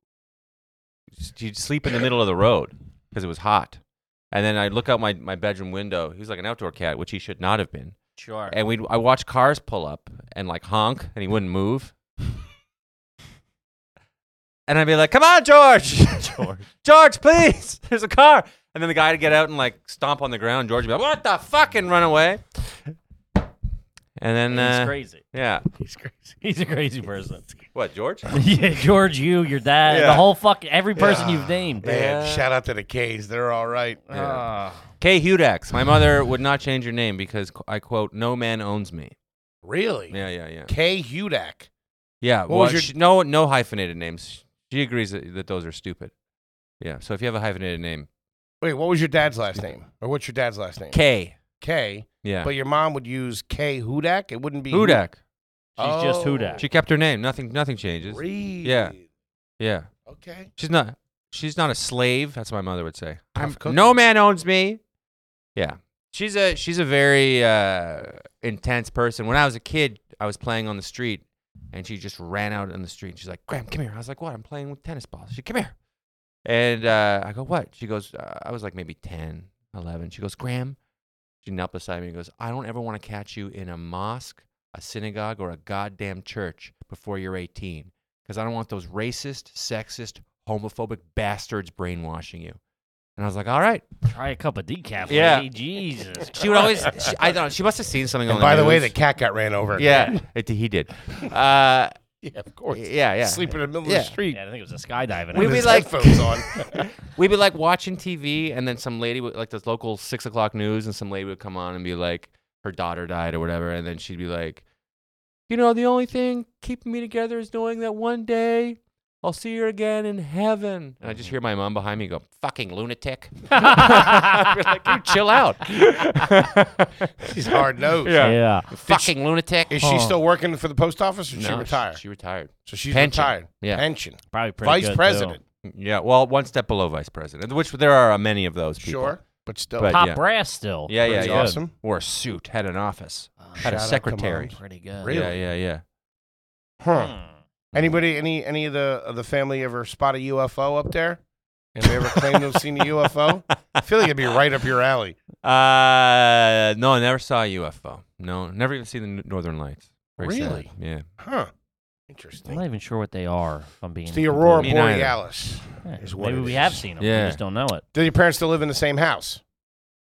he'd sleep in the middle of the road because it was hot. And then I'd look out my, my bedroom window. He was like an outdoor cat, which he should not have been. sure. And we'd I watched cars pull up and like honk, and he wouldn't move. and I'd be like, "Come on, George, George, George, please! There's a car!" And then the guy would get out and like stomp on the ground. George would be like, "What the fuck?" and run away. And then He's uh, crazy. yeah, He's crazy. He's a crazy person. what George? yeah, George, you, your dad, the Yeah. whole fuck, every person you've named. Man, Yeah. shout out to the K's. They're all right. Ah. Kay Hudax. My mother would not change her name because qu- I quote, "No man owns me." Really? Yeah, yeah, yeah, K. Hudak. yeah. What well, was your- she- no, no hyphenated names. She agrees that, that those are stupid. Yeah. So if you have a hyphenated name, Wait, what was your dad's last name? Or what's your dad's last name? K. K. Yeah. But your mom would use K. Hudak. It wouldn't be Hudak. She's Oh. just Hudak. She kept her name. Nothing. Nothing changes. Reed. Yeah. Yeah. Okay. She's not. She's not a slave. That's what my mother would say. Tough cookie. no man owns me. Yeah. She's a. She's a very uh, intense person. When I was a kid, I was playing on the street, and she just ran out on the street. She's like, "Graham, come here." I was like, "What?" I'm playing with tennis balls. She, come here. And uh, I go, "What?" She goes, uh, "I was like maybe 10, 11. She goes, "Graham." She knelt beside me and goes, "I don't ever want to catch you in a mosque, a synagogue, or a goddamn church before you're 18." because I don't want those racist, sexist, homophobic bastards brainwashing you. And I was like, all right. Try a cup of decaf. Yeah. lady. Jesus. She would always, she, I don't know, she must have seen something And on by the way, the news. cat got ran over. Yeah, it, he did. Uh, Yeah, of course. yeah, yeah. Sleep in the middle Yeah. of the street. Yeah, I think it was a skydiving. We'd with be his like- headphones on. We'd be like watching TV, and then some lady, would, like the local six o'clock news, and some lady would come on and be like, her daughter died or whatever. And then she'd be like, you know, the only thing keeping me together is knowing that one day I'll see her again in heaven. And I just hear my mom behind me go, fucking lunatic. We're like, you chill out. She's hard nosed. Yeah. yeah. fucking lunatic. Is she still working for the post office or No, she retired? She retired. so she's Pension. retired. Yeah. Mm, Pension. Probably pretty Vice good, too. president. Yeah. Well, one step below vice president, which there are many of those people. Sure. But still. But- Pop yeah. brass still. Ah, Yeah, yeah, That's yeah. awesome. Wore a suit, had an office, Shout had out a to secretary. moms. Pretty good. Really? Yeah, yeah, yeah. Huh. Hmm. Anybody, any any of the of the family ever spot a UFO up there? And they ever claim they've seen a UFO? I feel like it'd be right up your alley. Uh, no, I never saw a UFO. No, never even seen the N- Northern Lights. Very sad. Really? Yeah. Huh. I'm Interesting. not even sure what they are, if I'm being. It's the Aurora Me neither. Borealis. Yeah, is what Maybe it we is. have seen them. Yeah. We just don't know it. Do your parents still live in the same house?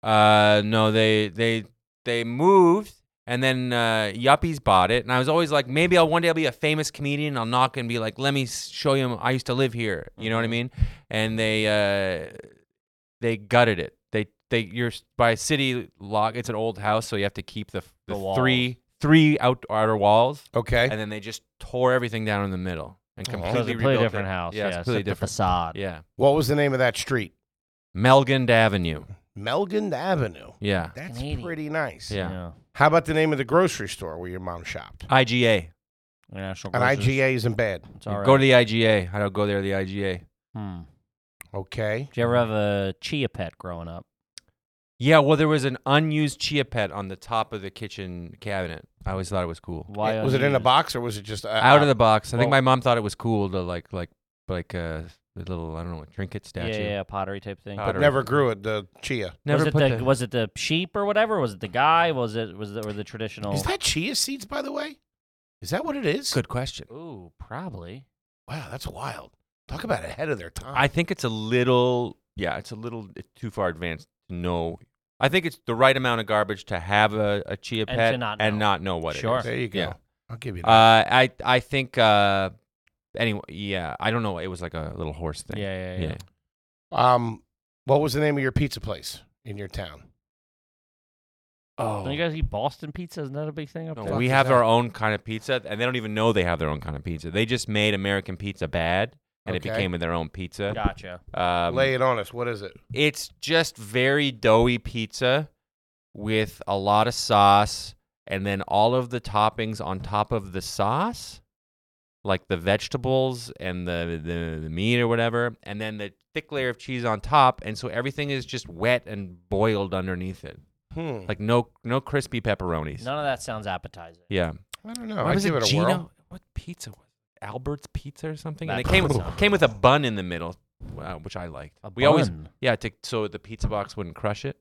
Uh, no, they they they moved, and then uh, yuppies bought it. And I was always like, maybe I'll one day I'll be a famous comedian. I'll knock and be like, let me s- show you I used to live here. You Mm-hmm. know what I mean? And they uh, they gutted it. They they you're s- by a city log. It's an old house, so you have to keep the, f- The the walls. three three out outer walls, Okay. and then they just tore everything down in the middle and Oh. completely So it's a completely rebuilt it. different house. Yeah, Yeah, it's except completely the different. facade. Yeah, What was the name of that street? Melgund Avenue. Melgund Avenue. Yeah, That's Canadian. pretty nice. Yeah. How about the name of the grocery store where your mom shopped? IGA. International An groceries. IGA isn't bad. It's all right. Go to the IGA. I don't go there. The IGA. Hmm. Okay. Did you ever have a chia pet growing up? Yeah, well, there was an unused chia pet on the top of the kitchen cabinet. I always thought it was cool. Why was it in a unused? box or was it just uh, Out of the box. I think well- my mom thought it was cool to like, like, like, uh, the little I don't know what trinket Yeah, statue. yeah, yeah, pottery type thing. Pottery. Never grew it. The chia. Never was it put the, was it the sheep or whatever? Was it the guy? Was it was it, or the traditional? Is that chia seeds, by the way? Is that what it is? good question. Ooh, probably. Wow, that's wild. Talk about ahead of their time. I think it's a little yeah, it's a little too far advanced to know. I think it's the right amount of garbage to have a, a chia to pet not know. and not know what Sure. it is. there you go. Yeah. I'll give you that. Uh, I I think uh, anyway, yeah, I don't know. It was like a little horse thing. Yeah, yeah, yeah. um, what was the name of your pizza place in your town? Oh, Don't you guys eat Boston pizza? Isn't that a big thing up No, there? we fuck have is that? our own kind of pizza, and they don't even know they have their own kind of pizza. They just made American pizza bad, and Okay. it became their own pizza. Gotcha. Um, Lay it on us. What is it? it's just very doughy pizza with a lot of sauce, and then all of the toppings on top of the sauce, like the vegetables and the the, the meat or whatever, and then the thick layer of cheese on top, and so everything is just wet and boiled underneath it, Hmm. like no no crispy pepperonis. None of that sounds appetizing. Yeah. I don't know. Why I give it a Gino? whirl. What pizza was it? Albert's Pizza or something? That and it came with, pizza. came with a bun in the middle, wow, which I liked. A we always bun. yeah, to, so the pizza box wouldn't crush it.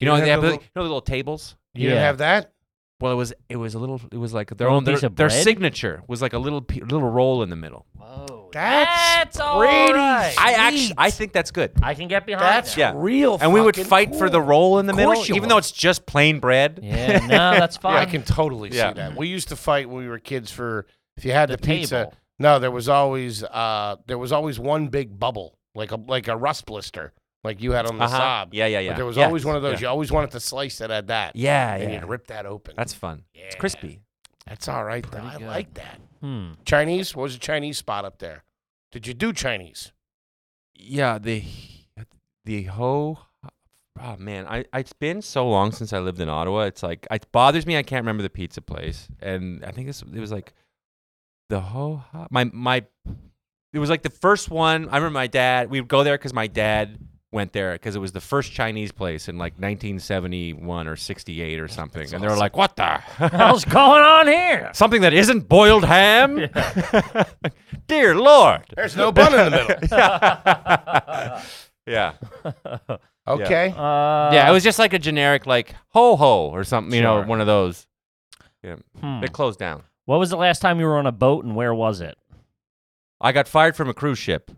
You You know didn't they have have the the, little- you know the little tables. You didn't Yeah. have that? Well, it was it was a little it was like their Little own their, piece of their bread? signature was like a little pe- little roll in the middle. Whoa, That's that's, all pretty right. I actually I think that's good. I can get behind That's that. Yeah. real. And we would fucking fight for the cool. roll in the middle, course you even though would. it's just plain bread. Yeah, no, that's fine. Yeah, I can totally Yeah. see that. We used to fight when we were kids for if you had the, The pizza. table. No, there was always uh there was always one big bubble, like a like a rust blister, like you had on the Uh-huh. sob. Yeah, yeah, yeah. But there was Yes. always one of those. Yeah, You always wanted to slice it at that. yeah. And yeah. you'd rip that open. That's fun. It's crispy. That's all right. Though. Pretty I good. like that. Hmm. Chinese? What was the Chinese spot up there? Did you do Chinese? yeah the the ho oh man I, I it's been so long since i lived in ottawa it's like it bothers me i can't remember the pizza place and i think this it was like the ho ha my my it was like the first one i remember my dad we would go there because my dad went there because it was the first chinese place in like 1971 or 68 or something and they were like what the What's going on here? something that isn't boiled ham dear lord There's no bun in the middle. yeah Okay. Uh, yeah, it was just like a generic like ho ho or something, you Sure. know, one of those. hmm. They closed down. What was the last time you were on a boat and where was it? I got fired from a cruise ship,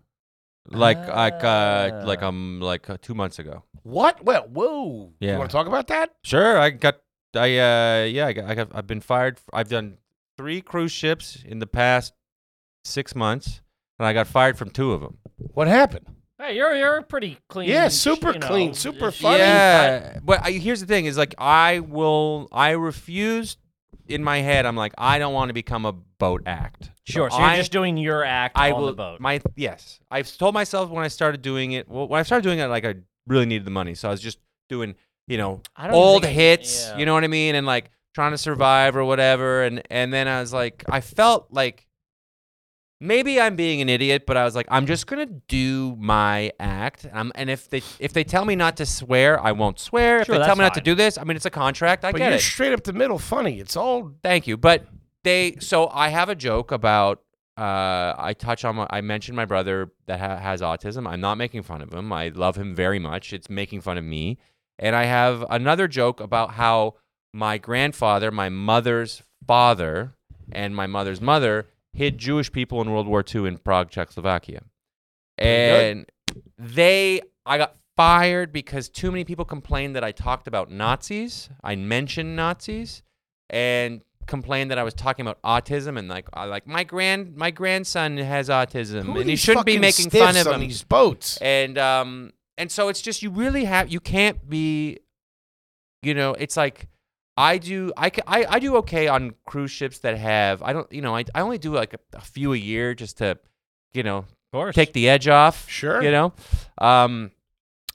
like like uh, like Ah. um like uh, two months ago. What? Well, whoa. Yeah. You want to talk about that? Sure, I got I uh yeah I got, I got I've been fired. f- I've done three cruise ships in the past six months, and I got fired from two of them. What happened? Hey, you're you're pretty clean. Yeah, you super know, clean, super it's- funny. Yeah, but I, here's the thing: is like I will, I refuse. In my head, I'm like, I don't want to become a boat act. Sure. So I, you're just doing your act I on will. the boat. My yes, I've told myself when I started doing it. Well, when I started doing it, like I really needed the money, so I was just doing, you know, I don't old think- hits. yeah. You know what I mean, and like trying to survive or whatever. And and then I was like, I felt like maybe I'm being an idiot, but I was like, I'm just gonna do my act. Um, and if they if they tell me not to swear, I won't swear. if Sure, they tell that's me not to fine. do this, I mean, it's a contract. I but get you're it. straight up the middle funny. It's all Thank you. But they so I have a joke about uh I touch on my, I mentioned my brother that ha- has autism. I'm not making fun of him. I love him very much. It's making fun of me. And I have another joke about how my grandfather, my mother's father, and my mother's mother hid Jewish people in World War II in Prague, Czechoslovakia. And they I got fired because too many people complained that I talked about Nazis. I mentioned Nazis and complained that I was talking about autism and like I like my grand my grandson has autism Who are and he these shouldn't be fucking making fun stiffs of on him. these boats. And um and so it's just you really have you can't be you know, it's like I do I, ca- I, I do okay on cruise ships that have I don't you know I, I only do like a, a few a year just to you know of course. take the edge off. Sure. You know? Um,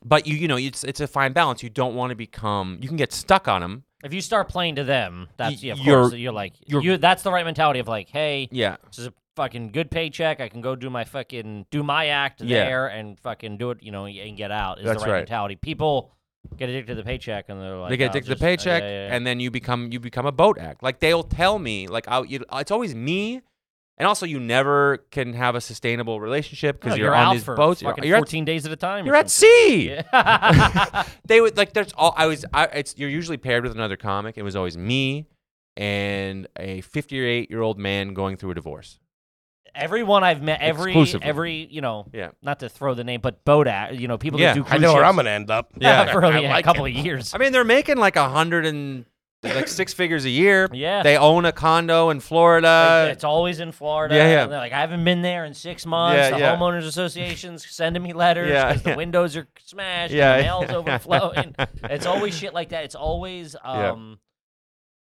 but you you know, it's it's a fine balance. You don't want to become you can get stuck on them. if you start playing to them, that's Y- yeah, of you're- course. You're like you're- you. That's the right mentality of like, hey, Yeah. this is a fucking good paycheck. I can go do my fucking do my act Yeah. there and fucking do it, you know, and get out. Is That's the right, right. mentality. People get addicted to the paycheck and they're like, they get "Oh, addicted to just- the paycheck yeah, yeah, yeah." and then you become you become a boat act. Like they'll tell me like I you, it's always me And also, you never can have a sustainable relationship No, because you're, out on these for boats. You're, fucking you're at, 14 days at a time. or you're at something. sea. they would like. There's all. I was. I, it's you're usually paired with another comic. It was always me and a 58 year old man going through a divorce. Everyone I've met, every Exclusively. every you know, Yeah. not to throw the name, but boat at you know people Yeah. that do I I cruise know where ships I'm gonna end up. Yeah. for I yeah, a like couple it. of years. I mean, they're making like a hundred and like six figures a year. Yeah. They own a condo in Florida. Like, it's always in Florida. Uh, yeah, yeah. And they're like, I haven't been there in six months. Yeah, the yeah. homeowners associations sending me letters Yeah, because yeah. the windows are smashed. Yeah, Yeah, the mail's yeah. overflowing. It's always shit like that. It's always um.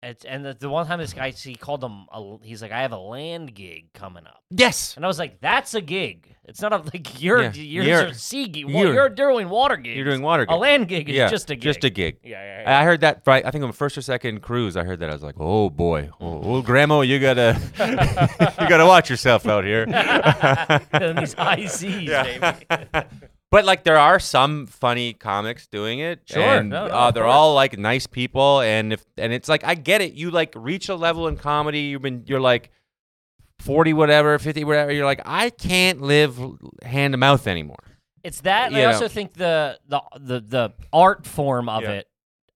It's, and the, the one time this guy he called him a, he's like I have a land gig coming up yes. and I was like that's a gig it's not a like you're Yeah, you're, you're- you're sea gig well, you're- you're, doing water gigs You're doing water. a gigs. land gig is yeah, just a gig Just a gig. yeah, yeah, yeah. I heard that. Right, I think on the first or second cruise, I heard that. I was like, "Oh boy, oh, old grandma, you gotta, you gotta watch yourself out here." and these high seas, baby. But like, there are some funny comics doing it. Sure, and, no, no, uh, of they're course. all like nice people, and if and it's like, I get it. You like reach a level in comedy. You've been, you're like. 40 whatever 50 whatever you're like i can't live hand to mouth anymore It's that. and I You know. also think the, the the the art form of Yeah. it.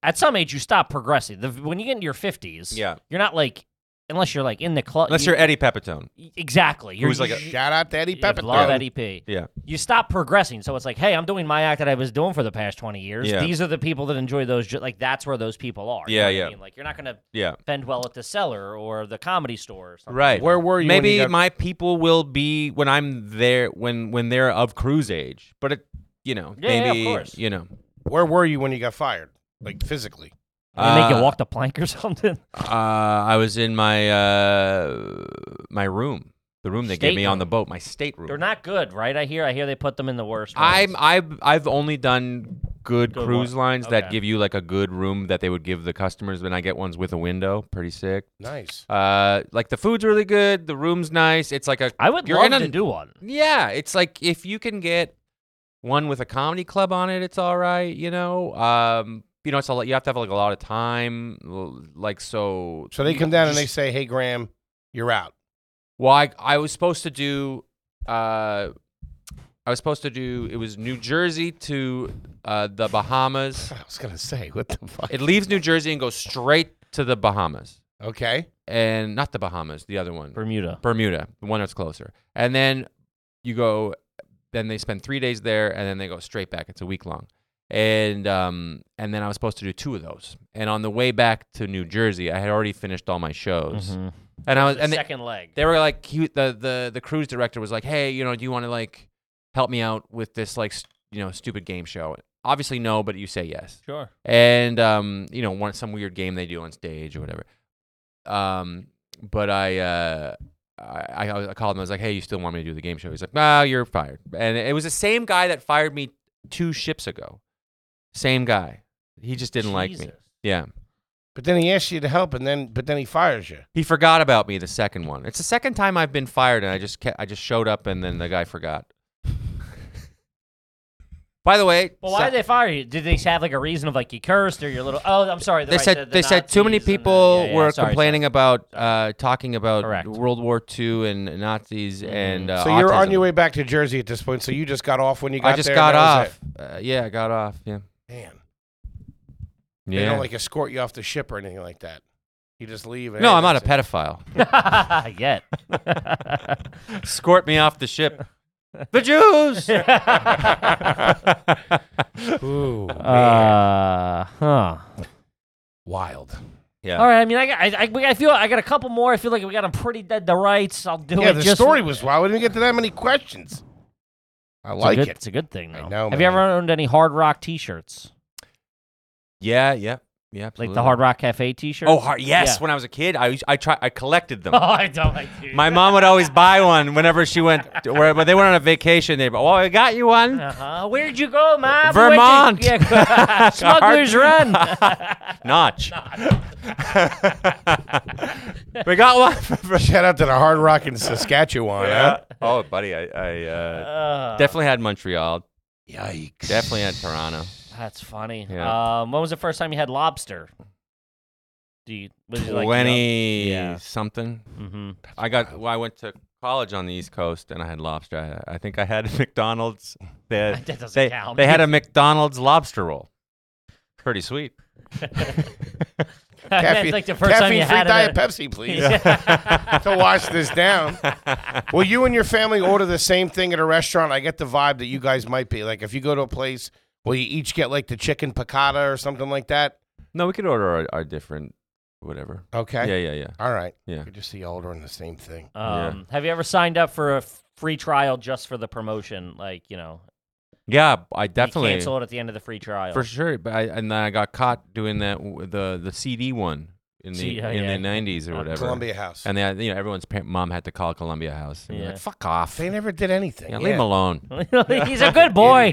At some age, you stop progressing. The, when you get into your fifties, Yeah. you're not like unless you're like in the club. unless you, you're eddie pepitone exactly. You're who's like a- Shout out to Eddie you Pepper. love Eddie E P. yeah You stop progressing, so it's like, hey, I'm doing my act that I was doing for the past twenty years. Yeah. These are the people that enjoy those. jo- Like that's where those people are. you Yeah, know what I yeah. mean? Like you're not gonna yeah fend well at the cellar or the comedy store. Or something. Right. Where were you when Maybe you got- my people will be when I'm there when when they're of cruise age. But it, you know, Yeah, yeah, of maybe course. you know. Where were you when you got fired? Like physically? They make you walk the plank or something. Uh, I was in my uh my room, the room they gave me on the boat, my stateroom. They're not good, right? I hear. I hear they put them in the worst. I'm ones. I've I've only done good, Good cruise one. lines Okay. that give you like a good room that they would give the customers. When I get ones with a window, pretty sick. Nice. Uh, like the food's really good, the room's nice. It's like a I would you're love in a- to do one. Yeah, it's like if you can get one with a comedy club on it, it's all right. You know, um, you know, it's a lot. You have to have like a lot of time, l- like so. So they come down and they say, "Hey, Graham, you're out." Well, I, I was supposed to do, uh, I was supposed to do. It was New Jersey to uh, the Bahamas. I was gonna say, what the fuck? It leaves New Jersey and goes straight to the Bahamas, Okay. and not the Bahamas, the other one. Bermuda. Bermuda, the one that's closer. And then you go, then they spend three days there, and then they go straight back. It's a week long. And um, and then I was supposed to do two of those. And on the way back to New Jersey, I had already finished all my shows. And I was, and they, Mm-hmm. second leg. they were like, he, the the the cruise director was like, hey, you know, do you want to like help me out with this like st- you know stupid game show? Obviously no, but you say yes Sure. and um, you know, one some weird game they do on stage or whatever. Um, but I, uh, I, I, I called him. I was like, "Hey, you still want me to do the game show?" He's like, "Nah, you're fired." And it was the same guy that fired me two ships ago. Same guy. He just didn't like me. Jesus. Yeah, But then he asks you to help, and then but then he fires you. he forgot about me the second one. It's the second time I've been fired, and I just kept, I just showed up, and then the guy forgot. By the way, Well, why so- did they fire you? Did they have like a reason of like you cursed or you're a little? Oh, I'm sorry. the- they right, said the- the they said too many Nazis and the- people yeah, yeah, were sorry, sorry. complaining about uh, talking about Correct. Mm-hmm. World War II and Nazis and uh, so you're on autism. your way back to Jersey at this point. So you just got off when you got I just there, got and that was off. Uh, yeah, I got off. Yeah, it. Man, yeah. they don't like escort you off the ship or anything like that. You just leave. and, no, hey, I'm not a that's pedophile. Yet. Escort me off the ship. The Jews. it. Ooh, man. uh, huh. wild. yeah. All right. I mean, I, got- I, I, we- I feel I got a couple more. I feel like we got them pretty dead to rights. I'll do Yeah, it. the just story was wild. We didn't get to that many questions. I It's a like good, it. It's a good thing. Though. I know, Have you man. ever owned any Hard Rock T-shirts, Yeah. Yeah. Yeah. like absolutely. the Hard Rock Cafe T-shirt? Oh, hard. Yes. Yeah. When I was a kid, I used- I try I collected them. Oh, I don't like you. My mom would always buy one whenever she went, where, when they went on a vacation. They, oh, I got you one. Uh-huh. Where'd you go, Mom? We went to- Vermont. yeah. Smuggler's Run. Notch. we got one. Shout out to the hard rock in Saskatchewan. huh? Oh, buddy, I, I uh, Ugh, definitely had Montreal. Yikes. Definitely had Toronto. that's funny. Yeah. Um, when was the first time you had lobster? do you, was he like, you know- Twenty Yeah. something. Mhm. I got. Well, I went to college on the East Coast, and I had lobster. I, I think I had a McDonald's. They had, That doesn't they, count. they had a McDonald's lobster roll. Pretty sweet. That's Caffeine- like the first time you caffeine-free had diet it. Pepsi, please, to wash this down. Will you and your family order the same thing at a restaurant? I get the vibe that you guys might be like. If you go to a place, will you each get like the chicken piccata or something like that? No, we could order our, our different, whatever. Okay. Yeah, yeah, yeah. All right. Yeah. You just see you ordering the same thing. Um, Have you ever signed up for a f- free trial just for the promotion? Like, you know, Yeah, I you definitely cancel it at the end of the free trial. for sure. But I, and then I got caught doing that w- the the CD one in the See, yeah, in oh, yeah. the nineties or Uh, whatever. Columbia House. And then you know everyone's parent, mom had to call Columbia House. And yeah. Yeah. like, Fuck off. they never did anything. Yeah, leave him alone. He's a good boy.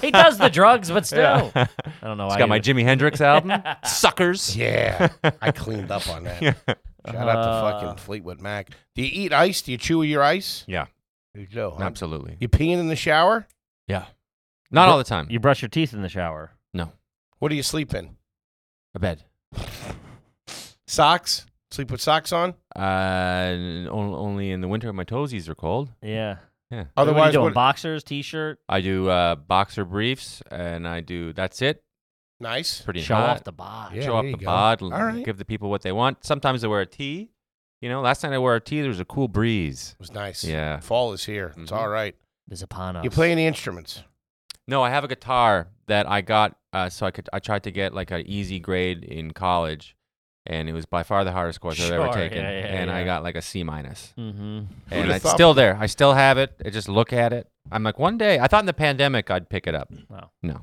He does the drugs, but still. Yeah. I don't know. It's why got he my would- Jimi Hendrix album. Suckers. Yeah, I cleaned up on that. Shout out to Uh. fucking Fleetwood Mac. Do you eat ice? Do you chew your ice? Yeah. You do. huh? Absolutely. You peeing in the shower? Yeah. Not all the time. You brush your teeth in the shower. No. What do you sleep in? A bed. Socks? Sleep with socks on? Uh, n- on- only in the winter my toesies are cold. Yeah. Otherwise, what are Yeah. you Otherwise, doing? what- Boxers, t-shirt, I do uh, boxer briefs and I do that's it. It's nice. pretty show hot. off the bod. Yeah, show off there the you go. bod, All right. give the people what they want. Sometimes I wear a tee. You know, last night I wore a tee. There was a cool breeze. It was nice. Yeah. Fall is here. It's Mhm. all right. Is upon us. You play any instruments? No, I have a guitar that I got. Uh, so I could. I tried to get like an easy grade in college, and it was by far the hardest course I've ever Sure, taken. yeah, yeah, and I yeah. got like a C minus, Mm-hmm. and have it's thought- still there. I still have it. I just look at it. I'm like, one day. I thought in the pandemic I'd pick it up. Wow. No.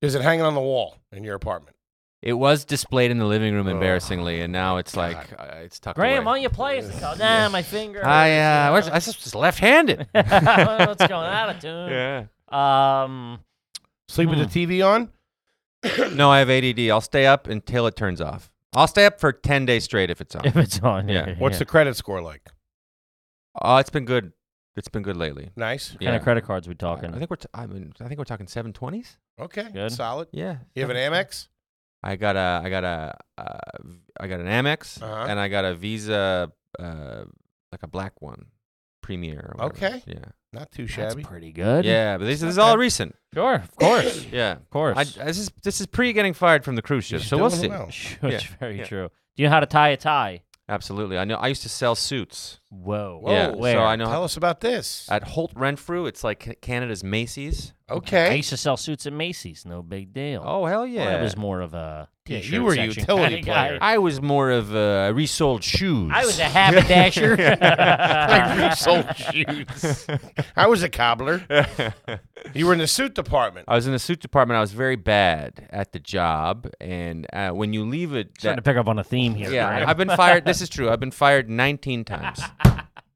Is it hanging on the wall in your apartment? It was displayed in the living room Oh, embarrassingly, and now it's like uh, it's tucked Graham, away. all you play is the call. Nah, my finger. I hurts, uh, you where's- know. I was just left-handed. What's going out of tune? yeah. Um, Sleep Hmm. with the TV on? No, I have ADD. I'll stay up until it turns off. I'll stay up for 10 days straight if it's if on. it's on. Yeah. What's the credit score like? Oh, it's been good. It's been good lately. Nice. kind of credit cards we talking? I think we're t- I mean I think we're talking 720s. Okay. Good. Solid. Yeah. You have an Amex? I got a I got a uh, I got an Amex Uh-huh. and I got a Visa uh, like a black one. Premier. or whatever. Okay. Yeah. Not too That's shabby. pretty good. Yeah, but this, this is all Okay. recent. Sure. Of course. Yeah. Of course. I, this is this is pre getting fired from the cruise ship, She's so we'll doing see. well. Sure, Yeah, it's very yeah. true. Do you know how to tie a tie? Absolutely. I know. I used to sell suits. Whoa. Whoa. yeah. Where? So I know Tell us about this. at Holt Renfrew, it's like Ca- Canada's Macy's. I Okay. used to sell suits at Macy's. No big deal. Oh hell Well, yeah! I was more of a Yeah, you t-shirt were a section utility kinda guy. player. I was more of uh, resold shoes. I was a haberdasher. I resold shoes. I was a cobbler. You were in the suit department. I was in the suit department. I was very bad at the job, and uh, when you leave it, Trying to pick up on a theme here. yeah, Graham. I've been fired. This is true. I've been fired 19 times.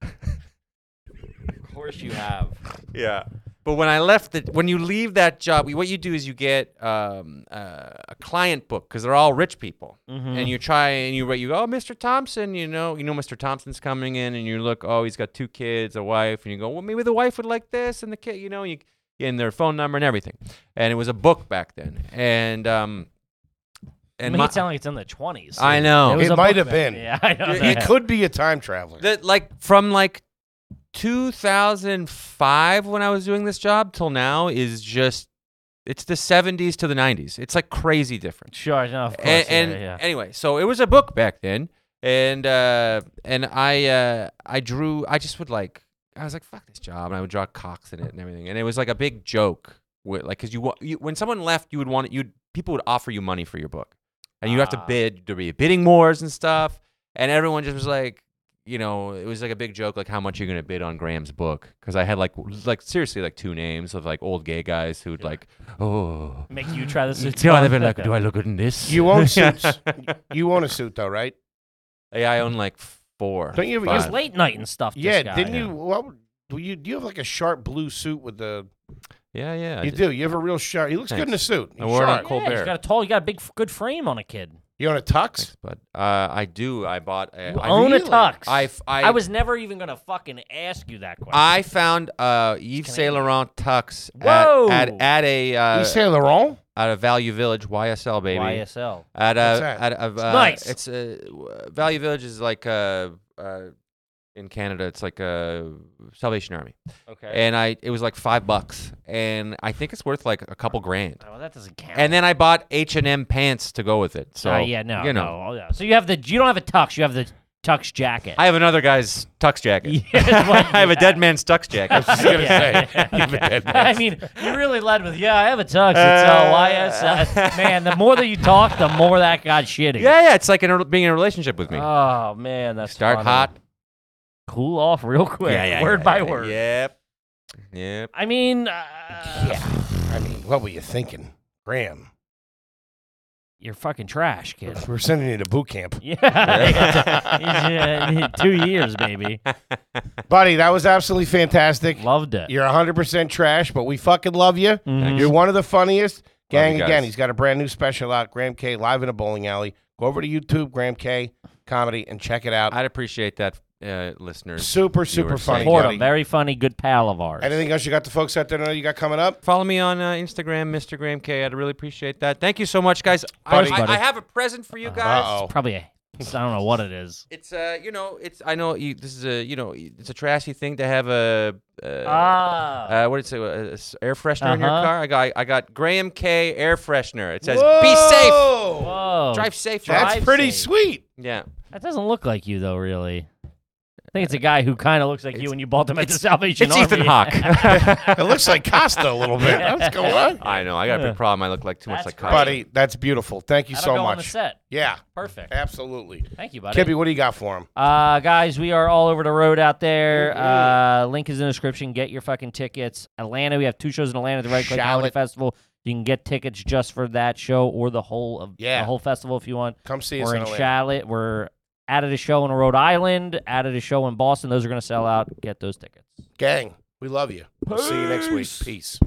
Of course you have. yeah. But when I left, the, when you leave that job, what you do is you get um, uh, a client book because they're all rich people, Mm. Mm-hmm. Hmm. and you try and you write, you go, oh, Mr. Thompson, you know, you know, Mr. Thompson's coming in, and you look, oh, he's got two kids, a wife, and you go, well, maybe the wife would like this, and the kid, you know, you and their phone number and everything, and it was a book back then, and um, I and mean, my- it sound like it's in the twenties. I know. It was a might book have been. bag. Yeah, I know. He that. could be a time traveler. that like from like 2005 when I was doing this job till now is just it's the 70s to the 90s. It's like crazy different. Sure enough. Of course, And, and yeah, yeah. anyway, so it was a book back then, and uh, and I uh, I drew. I just would like I was like fuck this job, and I would draw cocks in it and everything, and it was like a big joke with like because you, wa- you when someone left, you would want you would people would offer you money for your book, and you would have to Ah. bid. There'd be bidding wars and stuff, and everyone just was like. You know, it was like a big joke, like how much you're gonna bid on Graham's book, because I had like, w- like seriously, like two names of like old gay guys who'd like, oh, Make you try this. do I, like, do I look good in this? You own suits. you own a suit though, right? Yeah, I own like four. Don't you have- It was five. late night and stuff. this yeah. guy. Didn't you? Well, do you do you have like a sharp blue suit with the? Yeah, yeah. I you did. do. You have a real sharp. He looks good in a Thanks. suit. I He's wore it on sharp. Colbert. Yeah, you got a tall. You got a big, f- good frame on a kid. You own a tux? Thanks, bud. Uh, I do. I bought. A, You I- own really? a tux. I, f- I, I was never even gonna fucking ask you that question. I found uh, Yves Can I- Saint Laurent tux at, Whoa! at at a. You Uh, say Laurent? out of Value Village, YSL baby. YSL. At a, What's that? At a, uh, nice. It's uh, w- Value Village is like uh, uh, in Canada. It's like a Salvation Army, Okay. and I it was like five bucks, and I think it's worth like a couple grand. Oh, well, that doesn't count. And then I bought H and M pants to go with it. So Uh, yeah, no, you know, no, oh, yeah. So you have the you don't have a tux, you have the tux jacket. I have another guy's tux jacket. Yes, what I have you a dead man's tux jacket. I was gonna Yeah. say, you have a dead I man. mean, you really led with, yeah, I have a tux. It's uh, YSL. man, the more that you talk, the more that got shitty. yeah, yeah, it's like in a, being in a relationship with me. Oh, man, that's Start funny. hot. Cool off real quick, word by word. Yep. Yep. I mean, uh, I mean, what were you thinking, Graham? you're fucking trash, kid. We're sending you to boot camp, Yeah, yeah. He's, uh, two years, baby. buddy. That was absolutely fantastic. Loved it. You're 100% trash, but we fucking love you. Mhm. You're one of the funniest. Gang, you guys. again, he's got a brand new special out, Graham K, live in a bowling alley. Go over to YouTube, Graham K Comedy, and check it out. I'd appreciate that, uh, listeners. super, super were funny. saying- Support buddy. him. Very funny, good pal of ours. Anything else you got the folks out there know you got coming up? Follow me on uh, Instagram, Mr. Graham K. I'd really appreciate that. Thank you so much, guys. I, Buddy. I, Buddy. I have a present for you guys. Uh oh. Probably, a, I don't know what it is. It's uh, you know, it's I know you, this is a you know, it's a trashy thing to have a uh, Ah. uh what did it say, a- a s- air freshener in your Uh-huh. car. I got I got Graham K. air freshener. It says be safe, Whoa. drive safe. That's Drive pretty safe. sweet. yeah. That doesn't look like you, though, really. I think it's a guy who kind of looks like you when you bought him at the Salvation Uh, It's Army. Ethan Hawke. It looks like Costa a little bit. What's going on? I know. I got a big problem. I look like too much That's like great. Kyle. Buddy, that's beautiful. Thank you That'll so go much. on the set. Yeah, Perfect. absolutely. Thank you, buddy. Kibby, what do you got for him? Uh, guys, we are all over the road out there. Uh, link is in the description. Get your fucking tickets. Atlanta, we have two shows in Atlanta at the Red Clay Shall Comedy it. Festival. You can get tickets just for that show or the whole of Yeah. the whole festival if you want. Come see us in We're in Atlanta. Charlotte. We're out at a show in Rhode Island. Out at a show in Boston. Those are going to sell out. Get those tickets. Gang, we love you. We'll see you next week. Peace.